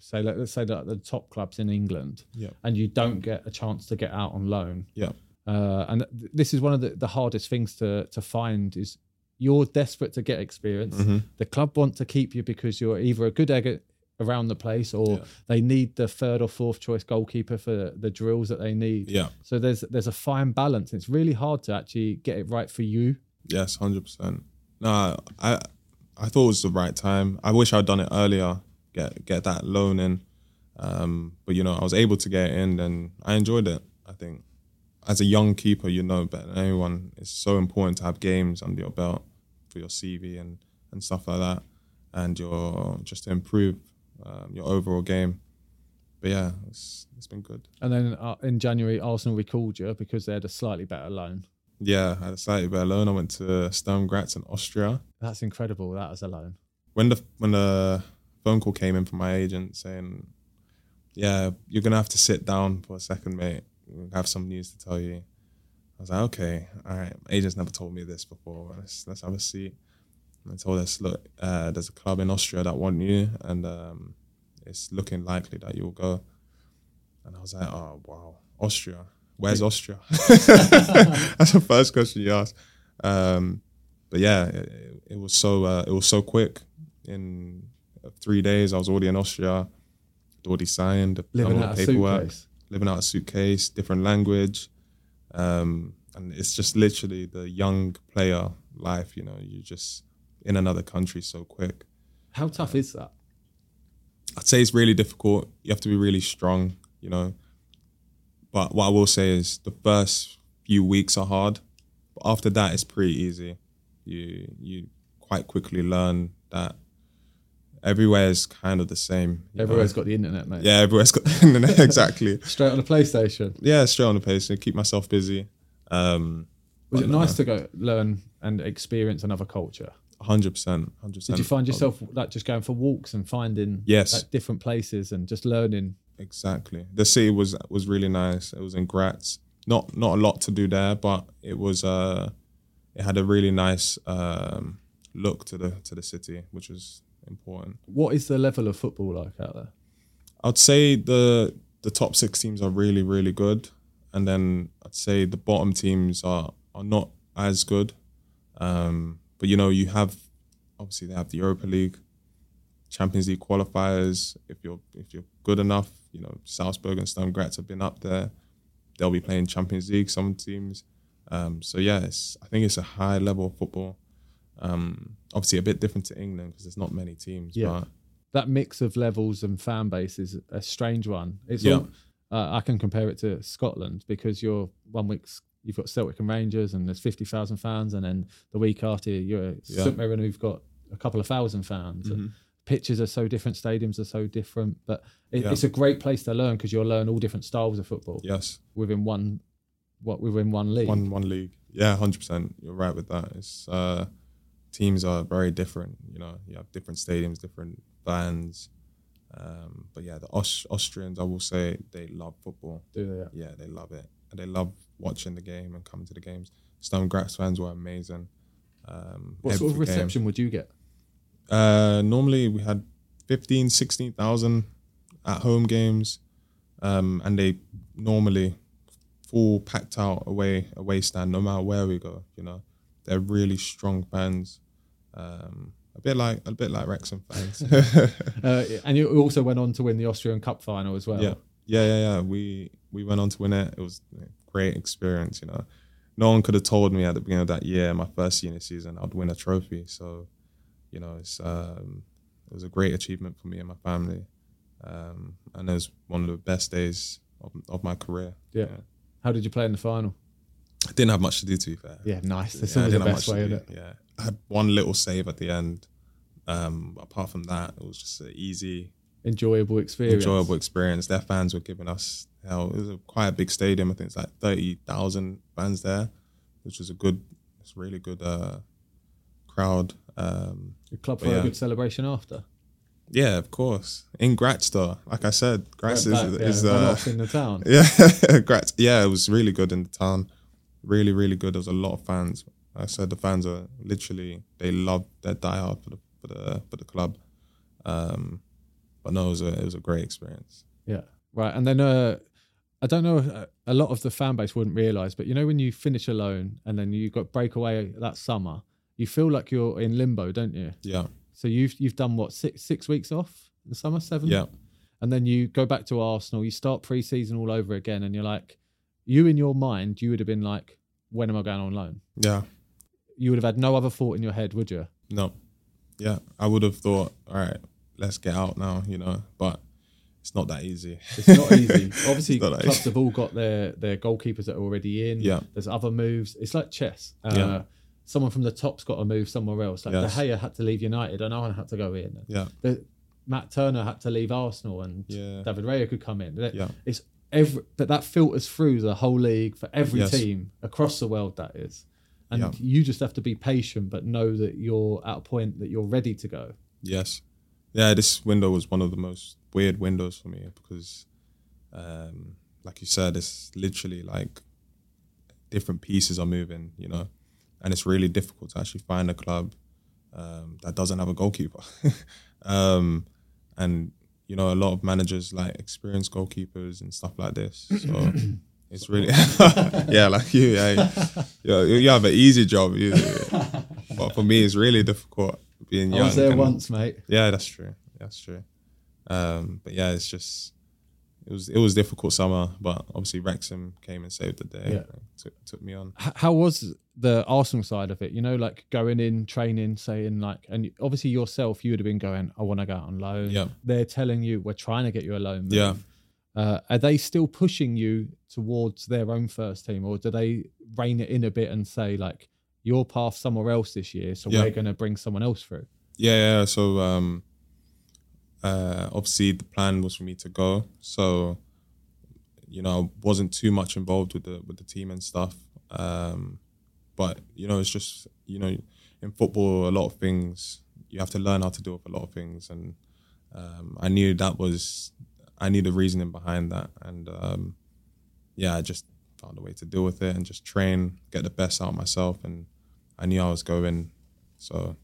A: say, like, let's say that the top clubs in England,
B: Yeah.
A: and you don't get a chance to get out on loan.
B: yeah,
A: Uh, and th- this is one of the, the hardest things to to find is you're desperate to get experience.
B: Mm-hmm.
A: The club want to keep you because you're either a good egg at- around the place or they need the third or fourth choice goalkeeper for the drills that they need.
B: Yeah.
A: So there's there's a fine balance. It's really hard to actually get it right for you.
B: yes, hundred percent. No, I I thought it was the right time. I wish I'd done it earlier. Get get that loan in, um, but you know, I was able to get it in, and I enjoyed it. I think as a young keeper, you know better than anyone, it's so important to have games under your belt for your CV and, and stuff like that, and your just to improve um, your overall game. But yeah, it's, it's been good.
A: And then uh, in January, Arsenal recalled you because they had a slightly better loan.
B: Yeah, I had a slightly better loan. I went to Sturm Graz in Austria.
A: That's incredible. That as a loan.
B: When the when the phone call came in from my agent saying, "Yeah, you're gonna have to sit down for a second, mate. We have some news to tell you." I was like, okay, all right. My agent's never told me this before. Let's let's have a seat. And I told us, look, uh, there's a club in Austria that want you, and um, it's looking likely that you'll go. And I was like, oh wow, Austria. Where's Austria? That's the first question you asked. Um, but yeah, it, it was so uh, it was so quick. In three days, I was already in Austria. I'd Already signed,
A: Living
B: done all
A: out
B: the
A: a
B: paperwork,
A: suitcase.
B: living out a suitcase, different language, um, and it's just literally the young player life. You know, you're just in another country so quick.
A: How tough is that?
B: I'd say it's really difficult. You have to be really strong, you know. But what I will say is the first few weeks are hard, but after that it's pretty easy. You you quite quickly learn that everywhere is kind of the same. you know.
A: Everywhere's got the internet, mate.
B: yeah, everywhere's got the internet exactly.
A: Straight on the PlayStation.
B: Yeah, straight on the pace and keep myself busy. Um,
A: Was it nice to go learn and experience another culture?
B: hundred percent, hundred percent.
A: Did you find yourself like just going for walks and finding
B: Yes.
A: like, different places and just learning?
B: Exactly. The city was was really nice. It was in Graz. Not not a lot to do there, but it was uh it had a really nice um look to the to the city, which was important.
A: What is the level of football like out there?
B: I'd say the the top six teams are really, really good. And then I'd say the bottom teams are are not as good. Um but you know, you have obviously they have the Europa League, Champions League qualifiers. If you're if you're good enough, you know Salzburg and Sturm Graz have been up there. They'll be playing Champions League. Some teams. Um, so yeah, it's, I think it's a high level of football. Um, obviously, a bit different to England because there's not many teams.
A: Yeah.
B: But
A: That mix of levels and fan base is a strange one. It's
B: Yeah.
A: all- uh, I can compare it to Scotland because you're one week's you've got Celtic and Rangers and there's fifty thousand fans, and then the week after you're
B: Yeah. Mm-hmm.
A: St Mirren who've got a couple of thousand fans. And pitches are so different, stadiums are so different, but it,
B: Yeah.
A: it's a great place to learn because you'll learn all different styles of football
B: yes,
A: within one what within one league.
B: one one league. Yeah, hundred percent. You're right with that. It's uh, teams are very different. You know, you have different stadiums, different fans. Um, but yeah, the Aus- Austrians, I will say, they love football.
A: do that.
B: yeah, they love it. And they love watching the game and coming to the games. Stone Graz fans were amazing. Um,
A: What sort of
B: every game.
A: reception would you get?
B: Uh, normally we had 15, 16,000 at home games. Um, and they normally full packed out away away stand no matter where we go, you know. They're really strong fans. Um, a bit like a bit like Wrexham fans.
A: Uh, and you also went on to win the Austrian Cup final as well.
B: Yeah, yeah, yeah, yeah. We we went on to win it. It was a great experience. You know, no one could have told me at the beginning of that year, my first senior season, I'd win a trophy. So, you know, it's um, it was a great achievement for me and my family, um, and it was one of the best days of, of my career.
A: Yeah. How did you play in the final?
B: I didn't have much to do to be fair.
A: Yeah, nice. That's
B: Yeah, I
A: always the
B: didn't have
A: best
B: much
A: way,
B: to
A: isn't
B: do.
A: it?
B: Yeah, I had one little save at the end. Um, apart from that, it was just an easy
A: enjoyable experience.
B: enjoyable experience. Their fans were giving us hell. It was a, quite a big stadium. I think it's like thirty thousand fans there, which was a good, it's a really good uh, crowd. Um,
A: The club for
B: Yeah.
A: a good celebration after.
B: yeah, of course. In Graz, though, like I said, Graz
A: Right
B: is,
A: back, yeah,
B: is
A: one
B: uh,
A: off in the town.
B: yeah, Graz. Yeah, it was really good in the town. Really, really good. There was a lot of fans. Like I said the fans are literally they love their diehard for the for the for the club. Um, but no, it was a it was a great experience.
A: Yeah. Right. And then uh, I don't know, uh, a lot of the fan base wouldn't realize, but you know, when you finish alone and then you got breakaway that summer, you feel like you're in limbo, don't you?
B: Yeah,
A: So you've you've done what six six weeks off in the summer, seven.
B: yeah.
A: And then you go back to Arsenal. You start pre-season all over again, and you're like, you in your mind, you would have been like, when am I going on loan?
B: Yeah.
A: You would have had no other thought in your head, would you?
B: No. Yeah. I would have thought, all right, let's get out now, you know, but it's not that easy.
A: It's not easy. Obviously,
B: It's not that
A: clubs
B: easy.
A: have all got their their goalkeepers that are already in.
B: Yeah.
A: There's other moves. It's like chess. Uh,
B: Yeah.
A: Someone from the top's got to move somewhere else. Like
B: Yes.
A: De Gea had to leave United, and Owen had to go in.
B: Yeah.
A: The, Matt Turner had to leave Arsenal, and
B: Yeah.
A: David Rea could come in. That-
B: Yeah.
A: It's every, but that filters through the whole league for every
B: Yes.
A: team across the world. That is, and
B: Yeah.
A: you just have to be patient, but know that you're at a point that you're ready to go.
B: Yes. Yeah, this window was one of the most weird windows for me because, um, like you said, it's literally like different pieces are moving, you know, and it's really difficult to actually find a club um, that doesn't have a goalkeeper. um, and, you know, a lot of managers like experienced goalkeepers and stuff like this. So it's really, yeah, like you, yeah, you, you have an easy job. You, but for me, it's really difficult being young.
A: I was there
B: and-
A: once, mate.
B: yeah, that's true. That's true. Um, but yeah, it's just it was it was difficult summer, but obviously Wrexham came and saved the day.
A: Yeah.
B: and Took, took me on.
A: h- how was the Arsenal side of it? You know, like going in, training, saying like, and obviously yourself, you would have been going, I want to go out on loan.
B: Yeah.
A: They're telling you, we're trying to get you a loan. mate."
B: Yeah.
A: Uh, are they still pushing you towards their own first team or do they rein it in a bit and say like, your path somewhere else this year, so
B: Yeah.
A: we're going to bring someone else through?
B: Yeah, yeah. So um, uh, obviously the plan was for me to go. So you know, I wasn't too much involved with the with the team and stuff. Um, but you know, it's just you know, in football, a lot of things you have to learn how to do with a lot of things, and um, I knew that was I knew the reasoning behind that, and um, yeah, I just found a way to deal with it and just train, get the best out of myself, and I knew I was going, so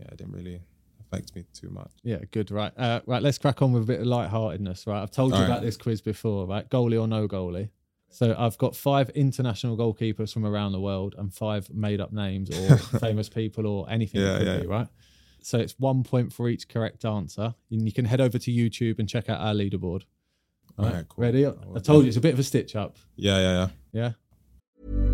B: yeah, it didn't really affect me too much.
A: Yeah, good. Right. Uh, right. Let's crack on with a bit of lightheartedness. Right. I've told you
B: All right.
A: about this quiz before, right? Goalie or no goalie. So I've got five international goalkeepers from around the world and five made up names or famous people or anything. it
B: Yeah,
A: could
B: yeah.
A: Be, right. So it's one point for each correct answer. And you can head over to YouTube and check out our leaderboard.
B: All right, cool.
A: Ready? I told you it's a bit of a stitch up.
B: Yeah, yeah, yeah.
A: Yeah.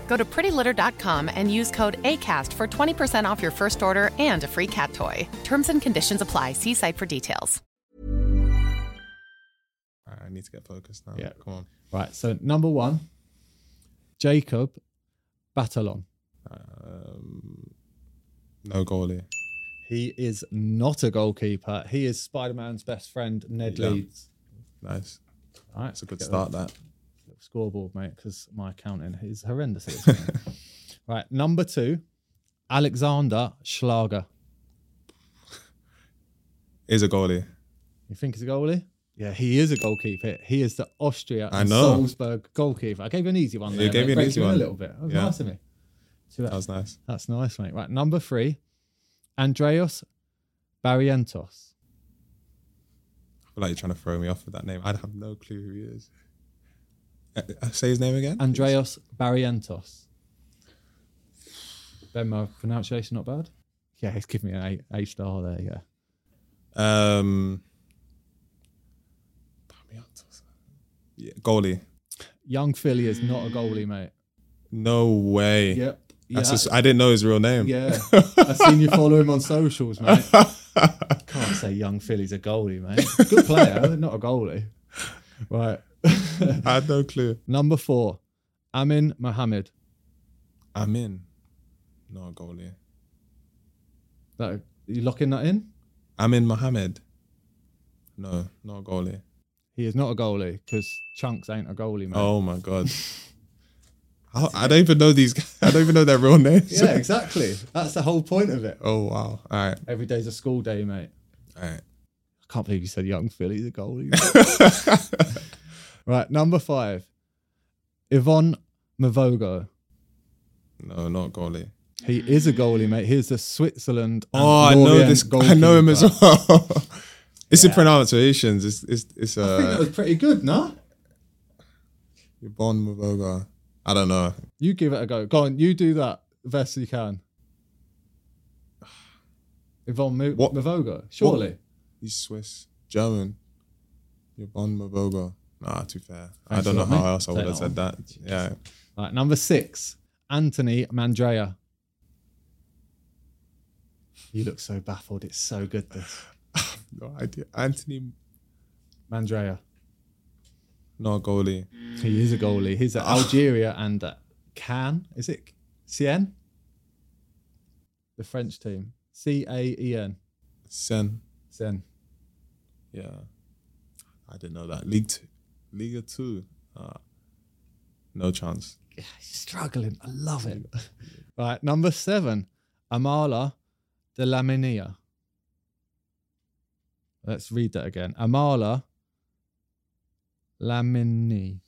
C: Go to prettylitter.com and use code ACAST for 20% off your first order and a free cat toy. Terms and conditions apply. See site for details.
B: All right, I need to get focused now.
A: Yeah.
B: come on.
A: Right. So number one, Jacob Batalon.
B: Um, no goalie.
A: He is not a goalkeeper. He is Spider Man's best friend, Ned
B: Yeah.
A: Leeds.
B: Nice.
A: All right.
B: That's a good
A: get
B: start. That.
A: scoreboard, mate, because my accounting is horrendous. at this moment. right, number two, Alexander Schlager.
B: Is a goalie.
A: You think he's a goalie? Yeah, he is a goalkeeper. He is the Austria
B: I
A: and
B: know.
A: Salzburg goalkeeper. I gave you an easy one
B: You
A: there. mate.
B: gave me an
A: Breaking
B: easy
A: in
B: one.
A: a little bit. That was
B: Yeah.
A: nice of me. Two
B: That
A: out-
B: was nice.
A: That's nice, mate. Right, number three, Andreas Barrientos.
B: I feel like you're trying to throw me off with that name. I'd have no clue who he is. Uh, uh, say his name again.
A: Andreas Barrientos. Ben, my pronunciation not bad. Yeah, he's giving me an A, a star there. Yeah,
B: Um, Damiantos. yeah, goalie.
A: young Philly is not a goalie, mate.
B: No way.
A: Mm. Yep. Yeah,
B: That's just- I didn't know his real name.
A: yeah. I've seen you follow him on socials, mate. Can't say young Philly's a goalie, mate. Good player, not a goalie. Right.
B: I had no clue.
A: Number four, Amin Mohammed.
B: I'm in. Not a goalie.
A: That you locking that in?
B: I'm in Mohammed. No, not a goalie.
A: He is not a goalie because chunks ain't a goalie, mate.
B: Oh my god. How, I don't even know these. guys. I don't even know their real names.
A: Yeah, exactly. That's the whole point of it.
B: Oh wow. All right.
A: Every day's a school day, mate.
B: All right.
A: I can't believe you said young Philly, the goalie. mate. right, number five, Yvonne Mavogo.
B: No, not goalie.
A: He is a goalie, mate. He's the Switzerland. and
B: Oh, I know
A: Lorient
B: this. I know him as
A: goalkeeper.
B: well. it's the pronunciations. It's it's it's
A: I think that
B: uh.
A: was pretty good, no?
B: Yvonne Mavoga. I don't know.
A: You give it a go. Go on, you do that best you can. Yvonne Mo-
B: What-
A: Mavogo, surely.
B: He's Swiss, German. Yvonne Mavoga. Nah, too fair. I
A: Thanks
B: don't
A: a
B: know
A: lot,
B: how
A: mate.
B: else I
A: Say
B: would have
A: that
B: said that. Yeah.
A: All right, number six, Anthony Mandrea. You look so baffled. It's so good, this.
B: No idea. Anthony,
A: Mandrea.
B: not a goalie.
A: He is a goalie. He's at Algeria and at Can. Is it Cien? The French team. C A E N.
B: Sen.
A: Cien.
B: Yeah. I didn't know that. League two. Liga two. Uh, no chance.
A: Struggling. I love it. right, number seven, Amala de Laminia. Let's read that again. Amala Lamini.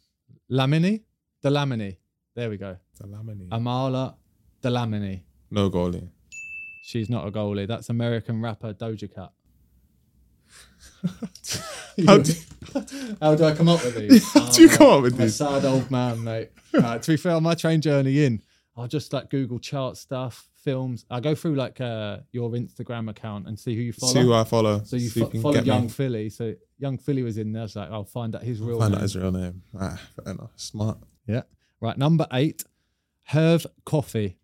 A: Lamini? De Lamini. There we go.
B: Dlamini.
A: Amala de Lamini.
B: no goalie.
A: She's not a goalie. That's American rapper Doja Cat.
B: How do-
A: How do I come up with these?
B: How do you come up with
A: I'm a
B: these?
A: sad old man, mate. Uh, to be fair, on my train journey in, I'll just like Google chart stuff, films. I go through like uh, your Instagram account and see who you follow.
B: See who I follow.
A: so you
B: See
A: fo-
B: if can
A: follow
B: get me.
A: Young Philly. So Young Philly was in there. I was like, I'll find out his real
B: Find
A: name.
B: out his real name. Ah, fair enough. Smart.
A: yeah. Right. Number eight, Herve Coffee.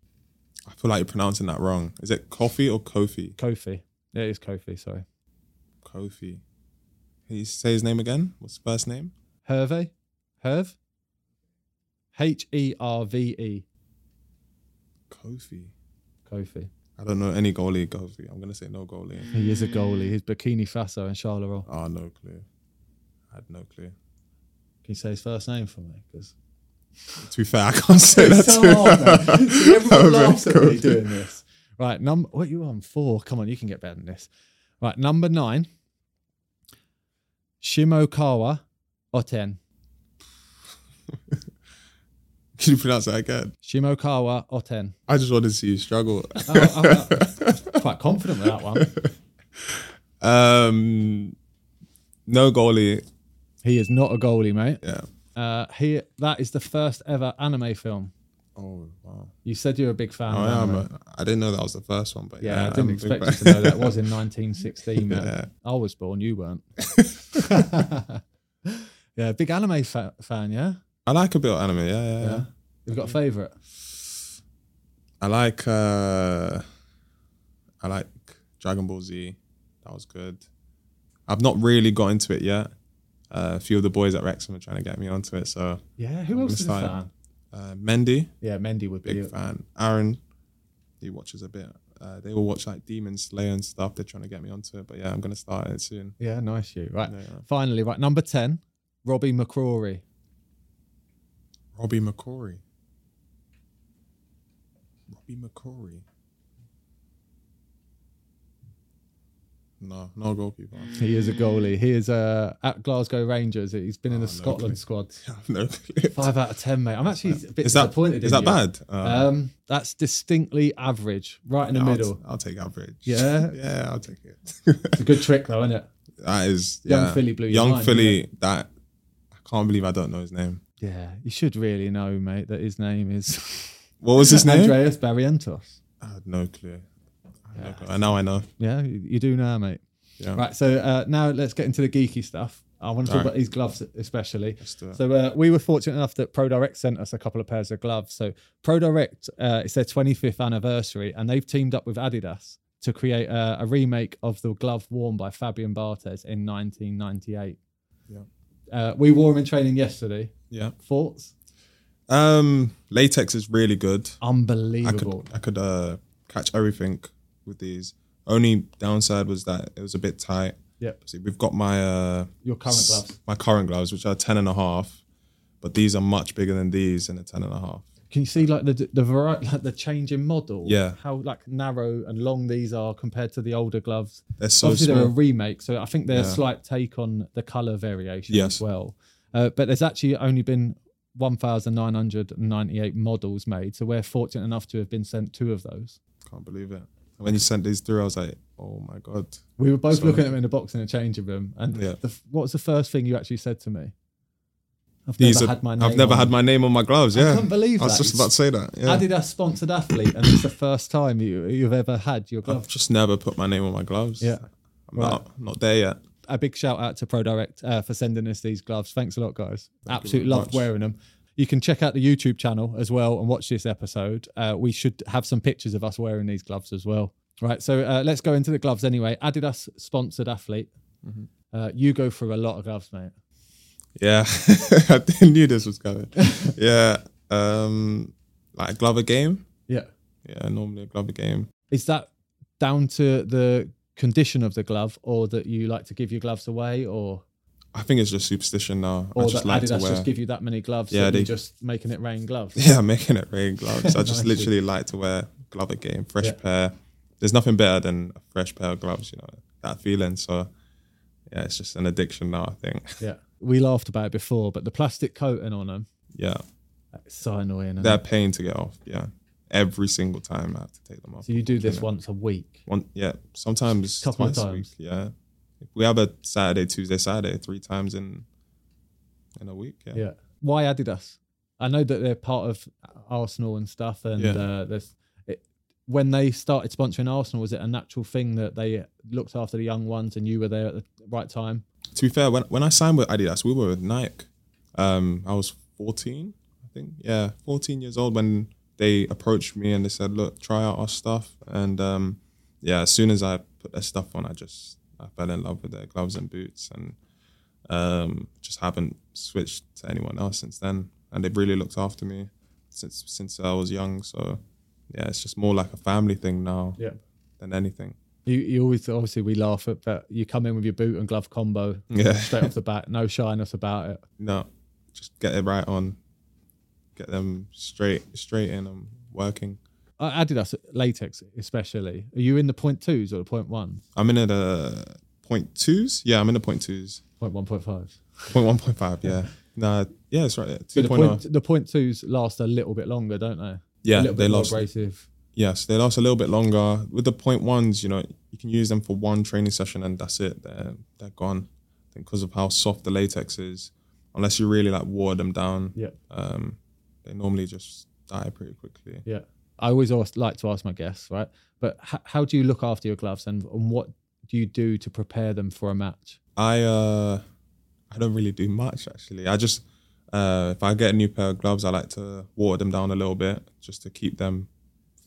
B: I feel like you're pronouncing that wrong. Is it coffee or Kofi?
A: Kofi. Yeah, it is Kofi. Sorry.
B: Kofi. Can you say his name again? What's his first name?
A: Herve? Herve? H E R V E.
B: Kofi.
A: Kofi.
B: I don't know any goalie Kofi. I'm gonna say no goalie.
A: He is a goalie. He's Burkini Faso and Charleroi.
B: Ah, no clue. I had no clue.
A: Can you say his first name for me? Because
B: To be fair, I can't say that
A: so
B: too. Oh,
A: hard, man. See, everyone
B: Over
A: laughs at me
B: Kofi.
A: doing this. Right, number what you on four? Come on, you can get better than this. Right, number nine. Shimokawa Oten.
B: Can you pronounce that again?
A: Shimokawa Oten.
B: I just wanted to see you struggle.
A: Oh, I'm, I'm quite confident with that one.
B: Um, no goalie.
A: He is not a goalie, mate.
B: Yeah.
A: Uh, he that is the first ever anime film.
B: Oh wow.
A: You said you're a big fan.
B: I
A: of
B: am.
A: anime.
B: uh, I didn't know that was the first one, Uh, but
A: Yeah,
B: yeah,
A: I didn't
B: I'm a big
A: expect you
B: fan.
A: to know that was in 1916. man.
B: Yeah.
A: I was born, you weren't. yeah, big anime fa- fan, yeah?
B: I like a bit of anime. Yeah, yeah, yeah.
A: You've got a favourite?
B: I like. uh I like Dragon Ball Z. That was good. I've not really got into it yet. Uh, a few of the boys at Wrexham are trying to get me onto it. So
A: Yeah, who else is a
B: Messiah.
A: fan?
B: uh, Mendy,
A: Yeah, Mendy would be.
B: big fan. Aaron, he watches a bit. Uh, they all watch like Demon Slayer and stuff. They're trying to get me onto it, but yeah, I'm gonna start it soon.
A: Yeah, nice you. Right. Finally, right, number 10, Robbie McCrory.
B: Robbie McCory. Robbie McCory. No, no goalkeeper.
A: He is a goalie. He is uh, at Glasgow Rangers. He's been in the
B: no
A: Scotland
B: clue.
A: squad.
B: no clue.
A: Five out of ten, mate. I'm actually a bit
B: Is that
A: disappointed.
B: Is
A: in
B: that
A: you.
B: bad? Uh,
A: Um, that's distinctly average, right in the
B: I'll-
A: middle.
B: I'll, take average.
A: Yeah?
B: yeah, I'll take it.
A: It's a good trick, though, isn't it?
B: that is
A: Young
B: yeah.
A: Philly blew your
B: Young
A: mind,
B: Philly. That I can't believe I don't know his name.
A: Yeah, you should really know, mate, that his name is
B: What was his name?
A: Andreas Barrientos.
B: I had no clue. I had no clue. And now I know.
A: Yeah, you, you do now, mate.
B: Yeah.
A: Right, so uh, now let's get into the geeky stuff. I want to talk
B: Alright.
A: about these gloves especially.
B: do it.
A: So uh, we were fortunate enough that ProDirect sent us a couple of pairs of gloves. So ProDirect, uh, it's their 25th anniversary, and they've teamed up with Adidas to create uh, a remake of the glove worn by Fabian Barthez in 1998.
B: Yeah.
A: Uh, we wore them in training yesterday.
B: Yeah.
A: Thoughts?
B: Um, latex is really good. I
A: Unbelievable.
B: could I could uh, catch everything with these. Only downside was that it was a bit tight.
A: Yep.
B: See, we've got my uh,
A: Your current
B: s-
A: gloves.
B: my current gloves, which are ten and a half, but these are much bigger than these and a ten and a half.
A: Can you see like the the variety, like the change in model?
B: Yeah.
A: How like narrow and long these are compared to the older gloves.
B: They're so
A: Obviously they're a
B: small.
A: remake, so I think they're a slight take on the color variation as
B: Yes.
A: well. Uh, but there's actually only been 1,998 models made, so we're fortunate enough to have been sent two of those.
B: Can't believe it. And when you sent these through, I was like, oh my god.
A: We were both looking at them in the box in the changing room, and
B: Yeah.
A: the, what was the first thing you actually said to me? I've
B: These
A: never
B: are,
A: had my name.
B: I've never
A: on
B: had my name on my gloves. Yeah,
A: couldn't believe
B: I was
A: that.
B: just about to say that. Yeah,
A: Adidas sponsored athlete, and it's the first time you, you've ever had your glove.
B: I've just never put my name on my gloves.
A: Yeah.
B: I'm not not there yet.
A: a big shout out to ProDirect uh, for sending us these gloves. Thanks a lot, guys. Absolutely loved wearing them. You can check out the YouTube channel as well and watch this episode. Uh, we should have some pictures of us wearing these gloves as well. Right, so uh, let's go into the gloves anyway. Adidas sponsored athlete.
B: Mm-hmm.
A: Uh, you go through a lot of gloves, mate.
B: Yeah, I knew this was coming. yeah, um, like Glover game.
A: Yeah.
B: Yeah, normally a Glover game.
A: Is that down to the condition of the glove or that you like to give your gloves away or,
B: I think it's just superstition now. I
A: or
B: just
A: that
B: like to
A: Adidas
B: wear.
A: just give you that many gloves
B: Yeah,
A: that you're
B: they-
A: just making it rain gloves?
B: yeah, I'm making it rain gloves. I just literally like to wear Glover game, fresh
A: Yeah.
B: pair. There's nothing better than a fresh pair of gloves. You know that feeling. So yeah, it's just an addiction now. I think.
A: Yeah. We laughed about it before, but the plastic coating on them,
B: Yeah,
A: it's so annoying. isn't
B: they're a
A: it?
B: pain to get off. Yeah, every single time I have to take them off.
A: So you do this once a week.
B: One, yeah, sometimes
A: Couple of
B: twice a week.
A: times.
B: Yeah, we have a Saturday, Tuesday, Saturday, three times in in a week. Yeah,
A: Yeah. Why Adidas? I know that they're part of Arsenal and stuff, and
B: Yeah.
A: uh, there's. It, when they started sponsoring Arsenal, was it a natural thing that they looked after the young ones and you were there at the right time?
B: To be fair, when when I signed with Adidas, we were with Nike. Um, I was fourteen, I think. Yeah, fourteen years old when they approached me and they said, "Look, try out our stuff." And um, yeah, as soon as I put their stuff on, I just I fell in love with their gloves and boots, and um, just haven't switched to anyone else since then. And they've really looked after me since since I was young. So yeah, it's just more like a family thing now than anything.
A: You, you always obviously we laugh at, but you come in with your boot and glove combo
B: Yeah.
A: straight off the bat, no shyness about it.
B: No, just get it right on. Get them straight, straight in and working.
A: Uh, Adidas latex especially. Are you in the point twos or the point ones?
B: I'm in at a point twos. Yeah, I'm in the point twos.
A: Point one, point five.
B: Point one, point five. Yeah. Nah, yeah, it's right. there.
A: But
B: Two
A: the
B: point oh.
A: point, the point twos last a little bit longer, don't they? a
B: Yeah,
A: little
B: they
A: bit more
B: last.
A: abrasive.
B: Yes, they last a little bit longer. With the point ones, you know, you can use them for one training session and that's it. They're they're gone. I think because of how soft the latex is, unless you really like wore them down,
A: Yeah,
B: um, they normally just die pretty quickly.
A: yeah. I always ask, like to ask my guests, right? But h- how do you look after your gloves, and, and what do you do to prepare them for a match?
B: I uh I don't really do much actually. I just uh if I get a new pair of gloves, I like to water them down a little bit just to keep them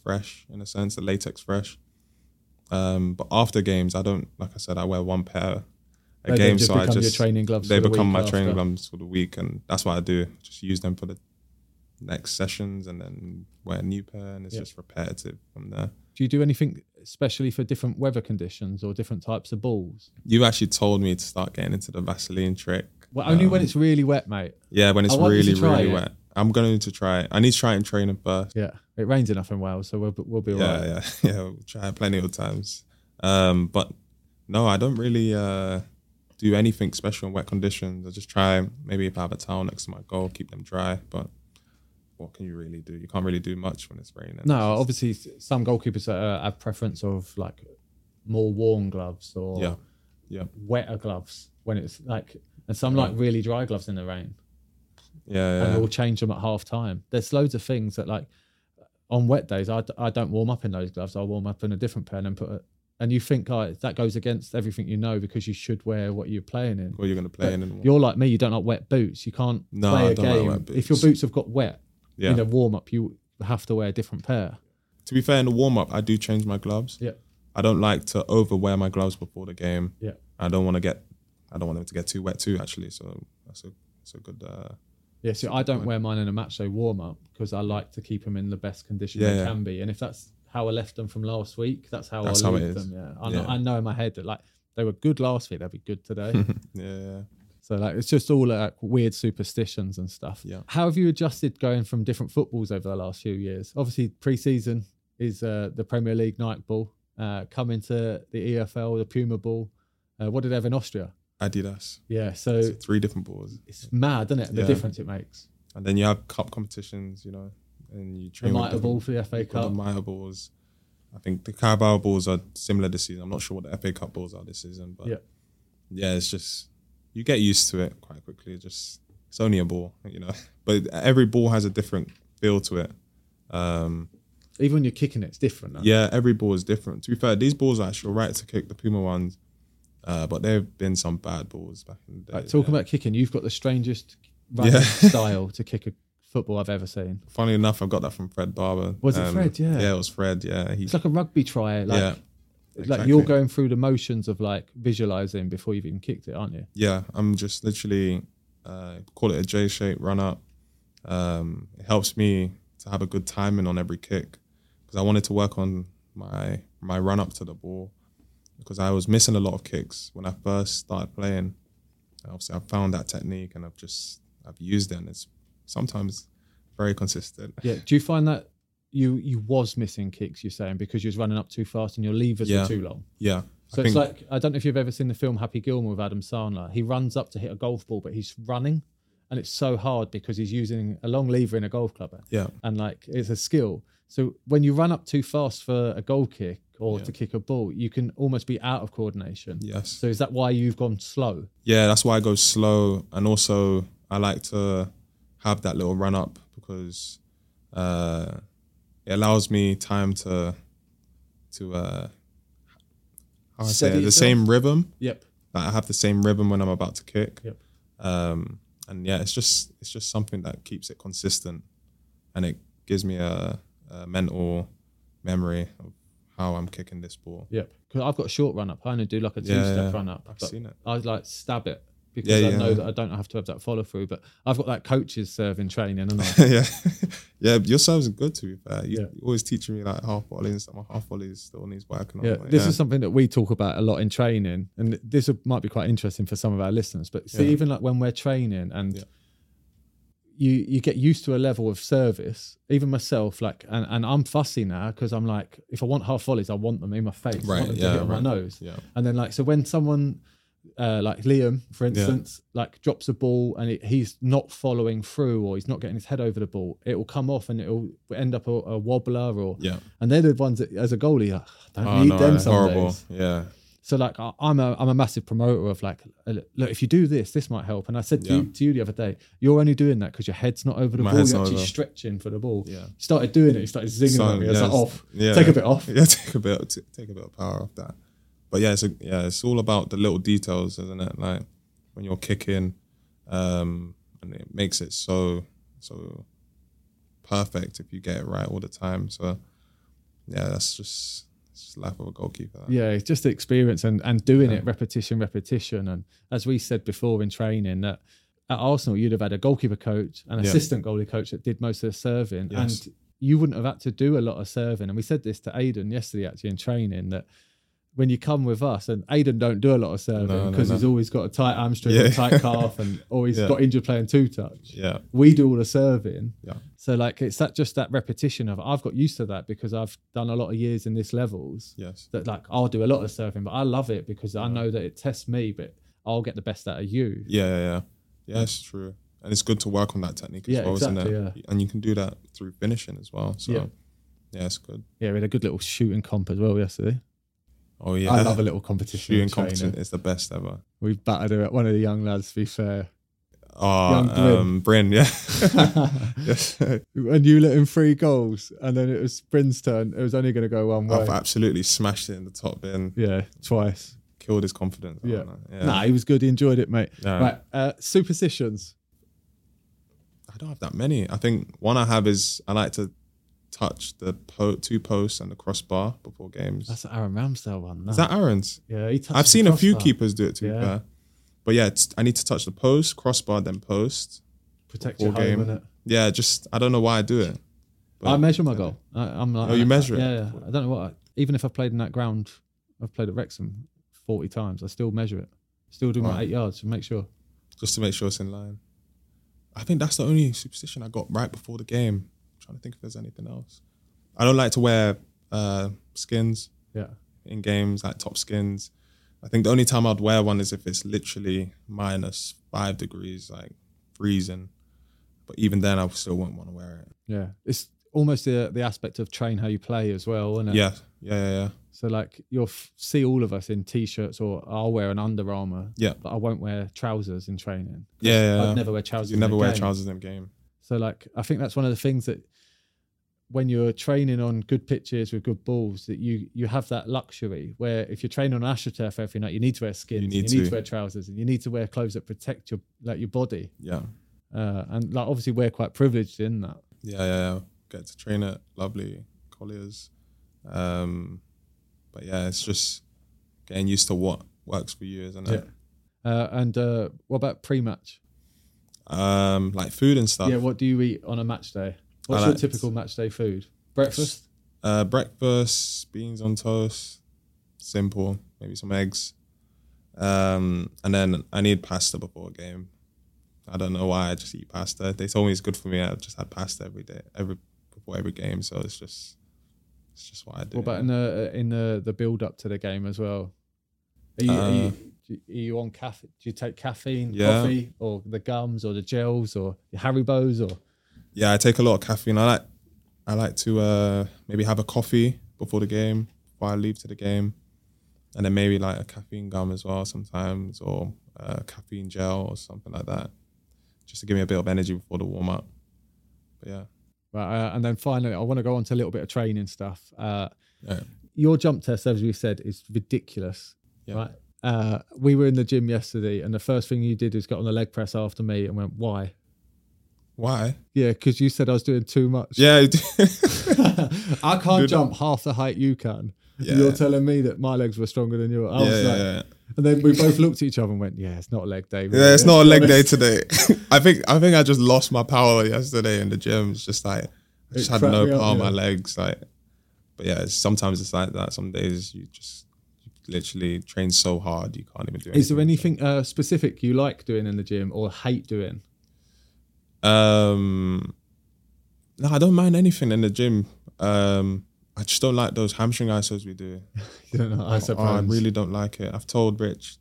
B: fresh in a sense, the latex fresh. Um but after games, I don't like I said I wear one pair a
A: They then
B: game
A: just
B: so I
A: become your
B: just
A: training gloves
B: they
A: for the
B: become
A: week
B: my
A: after.
B: training gloves for the week and that's what I do. Just use them for the next sessions and then wear a new pair and it's just repetitive from there.
A: Do you do anything especially for different weather conditions or different types of balls?
B: You actually told me to start getting into the Vaseline trick.
A: Well, only
B: Um,
A: when it's really wet, mate.
B: Yeah, when it's
A: I want you to
B: really,
A: try
B: really
A: it.
B: wet. I'm going to try it. I need to try and train him first.
A: Yeah, it rains enough in Wales, so we'll, we'll be all
B: Yeah,
A: right.
B: yeah, yeah. We'll try it plenty of times. Um, but No, I don't really uh, do anything special in wet conditions. I just try maybe if I have a towel next to my goal, keep them dry. But what can you really do? You can't really do much when it's raining.
A: No, obviously s- some goalkeepers uh, have preference of like more worn gloves or
B: Yeah. Yeah.
A: wetter gloves when it's like, and some like really dry gloves in the rain,
B: Yeah.
A: and
B: yeah.
A: we'll change them at half time. There's loads of things that like on wet days I, d- I don't warm up in those gloves. I warm up in a different pair and then put it. And you think like that goes against everything you know because you should wear what you're playing in.
B: What you're gonna play in? And
A: You're like me, you don't like wet boots. You can't
B: No,
A: play
B: I
A: a
B: don't like
A: game.
B: wet
A: If your
B: boots.
A: boots have got wet
B: yeah.
A: in a warm up, you have to wear a different pair.
B: to be fair, in the warm up, I do change my gloves.
A: Yeah.
B: I don't like to overwear my gloves before the game.
A: Yeah.
B: I don't want to get, I don't want them to get too wet too. Actually, so that's a, that's a good. Uh,
A: Yeah, see, I don't wear mine in a match day warm up because I like to keep them in the best condition
B: Yeah,
A: they
B: yeah.
A: can be. And if that's how I left them from last week, that's how
B: That's
A: I
B: how
A: leave
B: it is.
A: them. Yeah, I know,
B: Yeah.
A: I know in my head that like they were good last week, they'll be good today.
B: yeah.
A: so like it's just all like weird superstitions and stuff.
B: Yeah.
A: How have you adjusted going from different footballs over the last few years? Obviously, pre-season is uh, the Premier League night ball. Uh, coming to the EFL, the Puma ball. Uh, what did they have in Austria?
B: Adidas.
A: Yeah, so
B: So three different balls,
A: it's mad, isn't it? The
B: Yeah.
A: difference it makes.
B: and then you have cup competitions. You know, and you
A: The
B: train. with
A: mitre ball for the FA
B: different- got
A: Cup.
B: The Mitre balls. I think the Carabao balls are similar this season. I'm not sure what the FA Cup balls are this season, but
A: Yeah.
B: yeah, it's just you get used to it quite quickly. It's just it's only a ball, you know. But every ball has a different feel to it. Um,
A: Even when you're kicking it, it's different. Though.
B: yeah, every ball is different. To be fair, these balls are actually all right to kick the Puma ones, uh, but there have been some bad balls back in the day.
A: Like, talking
B: yeah.
A: about kicking, you've got the strangest rugby
B: Yeah.
A: style to kick a football I've ever seen.
B: Funny enough, I got that from Fred Barber. Um,
A: Was it Fred? Yeah.
B: Yeah, it was Fred. Yeah, he,
A: It's like a rugby try. Like,
B: yeah,
A: like you're
B: exactly.
A: going through the motions of like visualizing before you've even kicked it, aren't you?
B: yeah, I'm just literally uh, call it a J shape run up. Um, it helps me to have a good timing on every kick because I wanted to work on my my run up to the ball because I was missing a lot of kicks when I first started playing. And Obviously, I've found that technique and I've just I've used it and it's sometimes very consistent.
A: Yeah. Do you find that you you was missing kicks? You're saying because you was running up too fast and your levers
B: Yeah.
A: were too long.
B: Yeah,
A: So it's like I don't know if you've ever seen the film Happy Gilmore with Adam Sandler. He runs up to hit a golf ball, but he's running, and it's so hard because he's using a long lever in a golf club.
B: yeah,
A: and like it's a skill. So when you run up too fast for a goal kick or to kick a ball, you can almost be out of coordination.
B: yes.
A: So is that why you've gone slow?
B: yeah, that's why I go slow, and also I like to have that little run up because uh, it allows me time to to uh, how I say
A: Steady
B: it, the
A: yourself.
B: same rhythm.
A: Yep.
B: Like I have the same rhythm when I'm about to kick.
A: Yep.
B: Um, and yeah, it's just it's just something that keeps it consistent, and it gives me a, a mental memory of how I'm kicking this ball.
A: Yep. Because I've got a short run up. I only do like a two
B: Yeah,
A: step
B: yeah.
A: run up.
B: I've
A: but
B: seen it.
A: I like stab it because
B: Yeah,
A: I
B: yeah.
A: know that I don't have to have that follow through. But I've got that coaches serving training and I
B: yeah, yeah. Your service is good to be fair. You
A: Yeah.
B: you always teaching me like half volleys and stuff. My half volleys still needs working on.
A: Yeah,
B: but
A: this is something that we talk about a lot in training, and this might be quite interesting for some of our listeners. But see, even like when we're training, and
B: Yeah.
A: you you get used to a level of service. Even myself, like, and, and I'm fussy now because I'm like, if I want half volleys, I want them in my face, I want
B: Right,
A: them to
B: yeah,
A: hit on
B: right.
A: my nose,
B: Yeah.
A: And then like, so when someone uh, like Liam, for instance, like drops a ball and it, he's not following through or he's not getting his head over the ball, it will come off and it will end up a, a wobbler or
B: Yeah.
A: And they're the ones that, as a goalie, ah, I don't
B: Oh,
A: need
B: no,
A: them.
B: that's
A: Some
B: horrible.
A: days.
B: Yeah,
A: So like, I, I'm a I'm a massive promoter of like, uh, look, if you do this, this might help. And I said to,
B: Yeah.
A: you, to you the other day, you're only doing that because your head's not over the
B: My
A: ball.
B: head's
A: You're
B: not
A: actually
B: over.
A: stretching for the ball.
B: Yeah.
A: Started doing it. He started zinging
B: So,
A: at me. I was
B: yeah,
A: like, off.
B: yeah.
A: Take a bit off.
B: yeah. Take a bit, t- take a bit of power off that. But yeah, it's a, yeah, it's all about the little details, isn't it? Like when you're kicking, um, and it makes it so so perfect if you get it right all the time. So yeah, that's just it's just life of a goalkeeper.
A: Yeah, it's just the experience and, and doing it repetition, repetition. And as we said before in training, that at Arsenal, you'd have had a goalkeeper coach, an
B: Yeah.
A: assistant goalie coach that did most of the serving.
B: Yes.
A: And you wouldn't have had to do a lot of serving. And we said this to Aidan yesterday, actually, in training, that when you come with us, and Aiden don't do a lot of serving
B: No, no,
A: because
B: no.
A: he's always got a tight hamstring,
B: Yeah.
A: a tight calf, and always
B: Yeah.
A: got injured playing two touch.
B: Yeah.
A: We do all the serving.
B: Yeah.
A: So like it's that just that repetition of I've got used to that because I've done a lot of years in this levels
B: Yes.
A: that like I'll do a lot of serving, but I love it because I know that it tests me, but I'll get the best out of you.
B: Yeah, yeah, yeah. Yeah, it's true. And it's good to work on that technique as
A: Yeah,
B: well,
A: exactly,
B: isn't it? And you can do that through finishing as well. So
A: Yeah.
B: yeah, it's good.
A: Yeah, we had a good little shooting comp as well yesterday.
B: Oh yeah.
A: I love a little competition.
B: shooting
A: with training.
B: competent is the best ever.
A: We battered her at one of the young lads. To be fair, Young
B: Oh,
A: Bryn.
B: um, Bryn, yeah. yes.
A: and you let him three goals, and then it was Bryn's turn. It was only going to go one way.
B: I've absolutely smashed it in the top bin,
A: yeah, twice.
B: killed his confidence. I
A: Yeah.
B: don't know.
A: Nah, he was good. He enjoyed it, mate.
B: Yeah.
A: Right, uh, superstitions.
B: I don't have that many. I think one I have is I like to touch the po- two posts and the crossbar before games.
A: That's the Aaron Ramsdale one.
B: is that Aaron's?
A: Yeah, he touched
B: I've
A: the
B: seen a few
A: crossbar.
B: keepers do it to
A: Yeah.
B: be fair. But yeah, it's, I need to touch the post, crossbar, then post.
A: protect
B: Before
A: your home,
B: game.
A: innit?
B: Yeah, just I don't know why I do it. But-
A: I measure my goal. I, I'm like,
B: Oh, you measure it?
A: Yeah, yeah. I don't know what. I, even if I've played in that ground, I've played at Wrexham forty times. I still measure it. Still do my
B: Right.
A: eight yards to make sure.
B: just to make sure it's in line. I think that's the only superstition I got right before the game. I'm trying to think if there's anything else. I don't like to wear uh, skins
A: Yeah.
B: in games, like top skins. I think the only time I'd wear one is if it's literally minus five degrees, like freezing. But even then, I still wouldn't want to wear it.
A: Yeah, it's almost the the aspect of train how you play as well, isn't it?
B: Yeah, yeah, yeah, yeah.
A: So like you'll f- see all of us in t-shirts, or I'll wear an Under Armour.
B: Yeah.
A: But I won't wear trousers in training.
B: Yeah, yeah, yeah.
A: I'd never wear trousers.
B: You
A: in
B: never
A: a
B: wear
A: game.
B: trousers in a game.
A: So like I think that's one of the things that when you're training on good pitches with good balls, that you you have that luxury where if you're training on AstroTurf every night, you need to wear skins,
B: You
A: and
B: need
A: you need
B: to.
A: to wear trousers, and you need to wear clothes that protect your like your body.
B: Yeah,
A: Uh, and like obviously we're quite privileged in that.
B: yeah, yeah. yeah. Get to train at lovely Colliers. Um, but yeah, it's just getting used to what works for you, isn't it?
A: Uh, and uh, what about pre-match?
B: Um, like food and stuff.
A: Yeah, what do you eat on a match day? What's
B: I
A: your
B: like-
A: typical match day food? Breakfast?
B: Uh, breakfast, beans on toast, simple. Maybe some eggs, um, and then I need pasta before a game. I don't know why I just eat pasta. They told me it's good for me. I've just had pasta every day, every before every game. So it's just, it's just what I do.
A: What about in the uh, in the the build up to the game as well? Are you, are you, do you- are you on caffeine? Do you take caffeine,
B: Uh, Yeah.
A: coffee, or the gums, or the gels, or the Haribo's, or
B: yeah, I take a lot of caffeine. I like I like to uh, maybe have a coffee before the game, before I leave to the game, and then maybe like a caffeine gum as well sometimes, or uh, caffeine gel or something like that, just to give me a bit of energy before the warm up. But yeah,
A: Right, uh, and then finally, I want to go on to a little bit of training stuff. Uh,
B: Yeah.
A: Your jump test, as we said, is ridiculous.
B: Yeah.
A: Right. Uh, we were in the gym yesterday, and the first thing you did is got on the leg press after me and went, "Why?"
B: why?
A: Yeah, because you said I was doing too much.
B: Yeah, you do-
A: I can't jump half the height you can. You're telling me that my legs were stronger than yours. I
B: yeah,
A: was
B: yeah,
A: like,
B: yeah.
A: And then we both looked at each other and went, "Yeah, it's not a leg day." really."
B: Yeah, it's not a leg day today. I think I think I just lost my power yesterday in the gym. It's just like I just had
A: cracked
B: no
A: me up,
B: power in
A: yeah.
B: my legs. Like, but yeah, it's, sometimes it's like that. Some days you just you literally train so hard you can't even do anything.
A: Is there anything uh, specific you like doing in the gym or hate doing?
B: Um, no, I don't mind anything in the gym. Um, I just don't like those hamstring isos we do.
A: You don't know. I
B: Oh, I
A: suppose.
B: really don't like it. I've told Rich,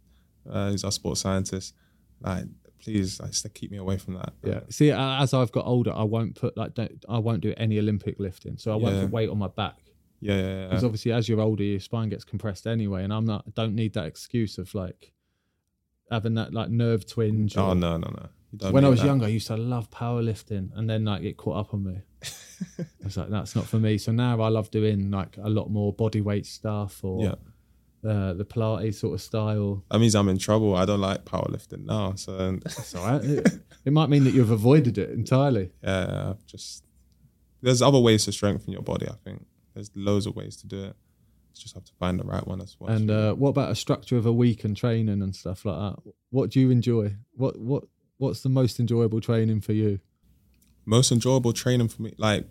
B: uh, who's our sports scientist, like please, like, just keep me away from that.
A: Yeah. See, a- as I've got older, I won't put like don't, I won't do any Olympic lifting, so I won't
B: Yeah.
A: put weight on my back
B: yeah, yeah, yeah. yeah.
A: because obviously, as you're older, your spine gets compressed anyway, and I'm not don't need that excuse of like having that like nerve twinge.
B: Oh
A: or-
B: no, no, no. You don't
A: when I
B: need
A: was
B: that.
A: younger, I used to love powerlifting, and then like it caught up on me. I was like, that's not for me. So now I love doing like a lot more body weight stuff or
B: Yeah.
A: uh, the Pilates sort of style.
B: That means I'm in trouble. I don't like powerlifting now. So
A: It's all right. it, it might mean that you've avoided it entirely.
B: yeah, I've just there's other ways to strengthen your body. I think there's loads of ways to do it. You just have to find the right one as well.
A: And uh, what about a structure of a week and training and stuff like that? What do you enjoy? What what what's the most enjoyable training for you?
B: most enjoyable training for me, like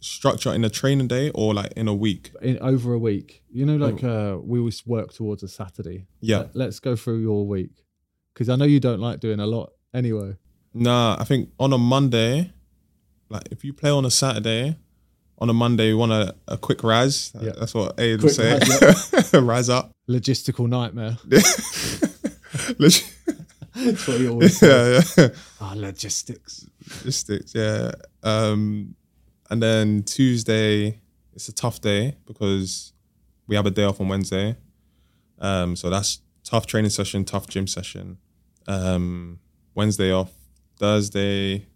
B: structure in a training day or like in a week?
A: in over a week. You know, like uh, we always work towards a Saturday.
B: Oh. Yeah.
A: Like, let's go through your week because I know you don't like doing a lot anyway.
B: Nah, I think on a Monday, like if you play on a Saturday, on a Monday we want a, a quick rise.
A: Yeah.
B: That's what Aiden
A: Quick
B: say. rise up.
A: Logistical nightmare.
B: Literally.
A: That's what you always say.
B: yeah, yeah.
A: Ah, logistics.
B: Logistics, yeah. Um, and then Tuesday, it's a tough day because we have a day off on Wednesday. Um, so that's tough training session, tough gym session. Um, Wednesday off. Thursday,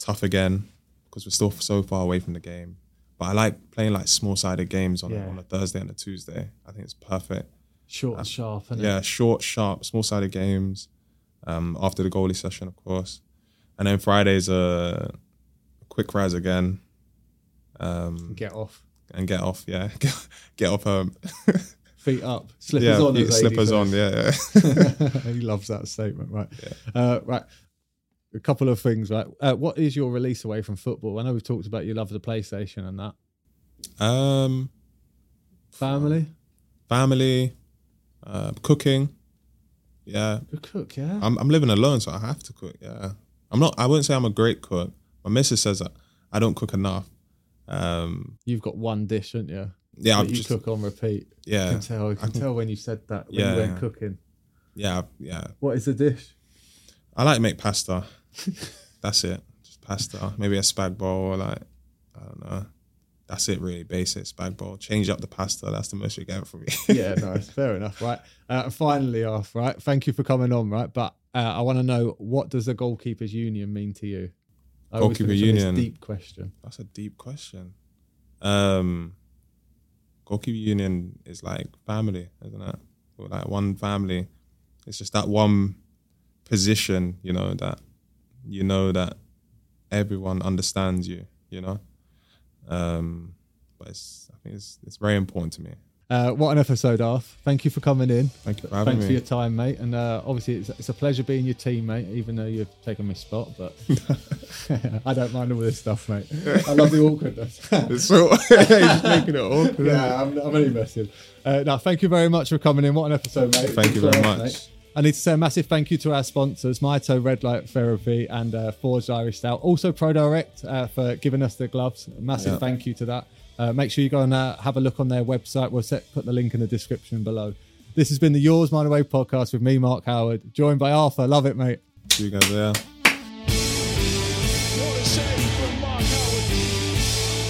B: tough again because we're still so far away from the game. But I like playing like small sided games on,
A: Yeah.
B: on a Thursday and a Tuesday. I think it's perfect.
A: Short and sharp. Innit?
B: Yeah, short, sharp, small sided games. Um, after the goalie session, of course, and then Friday's a quick rise again, um,
A: Get off.
B: and get off. Yeah, get, off home.
A: Feet up. Slippers
B: yeah,
A: on.
B: you-
A: as AD
B: slippers
A: says.
B: on. Yeah,
A: he loves that statement, right? Uh, right. A couple of things, right? Uh, what is your release away from football? I know we've talked about you love the PlayStation and that.
B: yeah. um,
A: Family?
B: family, uh, cooking. Yeah,
A: You cook, yeah?
B: I'm, I'm living alone, so I have to cook. Yeah, I'm not. I wouldn't say I'm a great cook. My missus says that I don't cook enough. Um,
A: You've got one dish, haven't you?
B: yeah,
A: that
B: I've
A: you
B: just
A: cook on repeat. I
B: yeah,
A: can tell. I can tell when you said that when
B: Yeah,
A: you went
B: yeah.
A: cooking.
B: yeah, yeah.
A: What is the dish?
B: I like to make pasta. That's it. Just pasta. Maybe a spag bowl or like I don't know. That's it really, basic spag bowl. Change up the pasta. That's the most you're getting from me.
A: Yeah, nice. Fair enough, right? Uh, finally, off, right? Thank you for coming on, right? But uh, I want to know what does the goalkeepers union mean to you? I always
B: Goalkeeper
A: finish on this
B: union.
A: deep question.
B: That's a deep question. Um goalkeeper union is like family, isn't it? Or like one family. It's just that one position, you know, that you know that everyone understands you, you know? Um but it's I think it's it's very important to me.
A: Uh, what an episode, Arf. Thank you for coming in.
B: Thank you for having
A: Thanks
B: me.
A: for your time, mate. And uh, obviously, it's, it's a pleasure being your teammate, even though you've taken my spot. But I don't mind all this stuff, mate. I love the awkwardness.
B: So he's making it awkward.
A: yeah, I'm, I'm only messing. Uh, no, thank you very much for coming in. What an episode, mate.
B: Thank you very
A: Class,
B: much.
A: mate. I need to say a massive thank you to our sponsors, Mito Red Light Therapy and uh, Forged Irish Stout. Also, ProDirect uh, for giving us the gloves. Massive thank you to that. Uh, make sure you go and uh, have a look on their website. We'll set, put the link in the description below. This has been the Yours Mind Away podcast with me, Mark Howard, joined by Arthur. Love it, mate.
B: You guys there.
D: What a save from Mark Howard.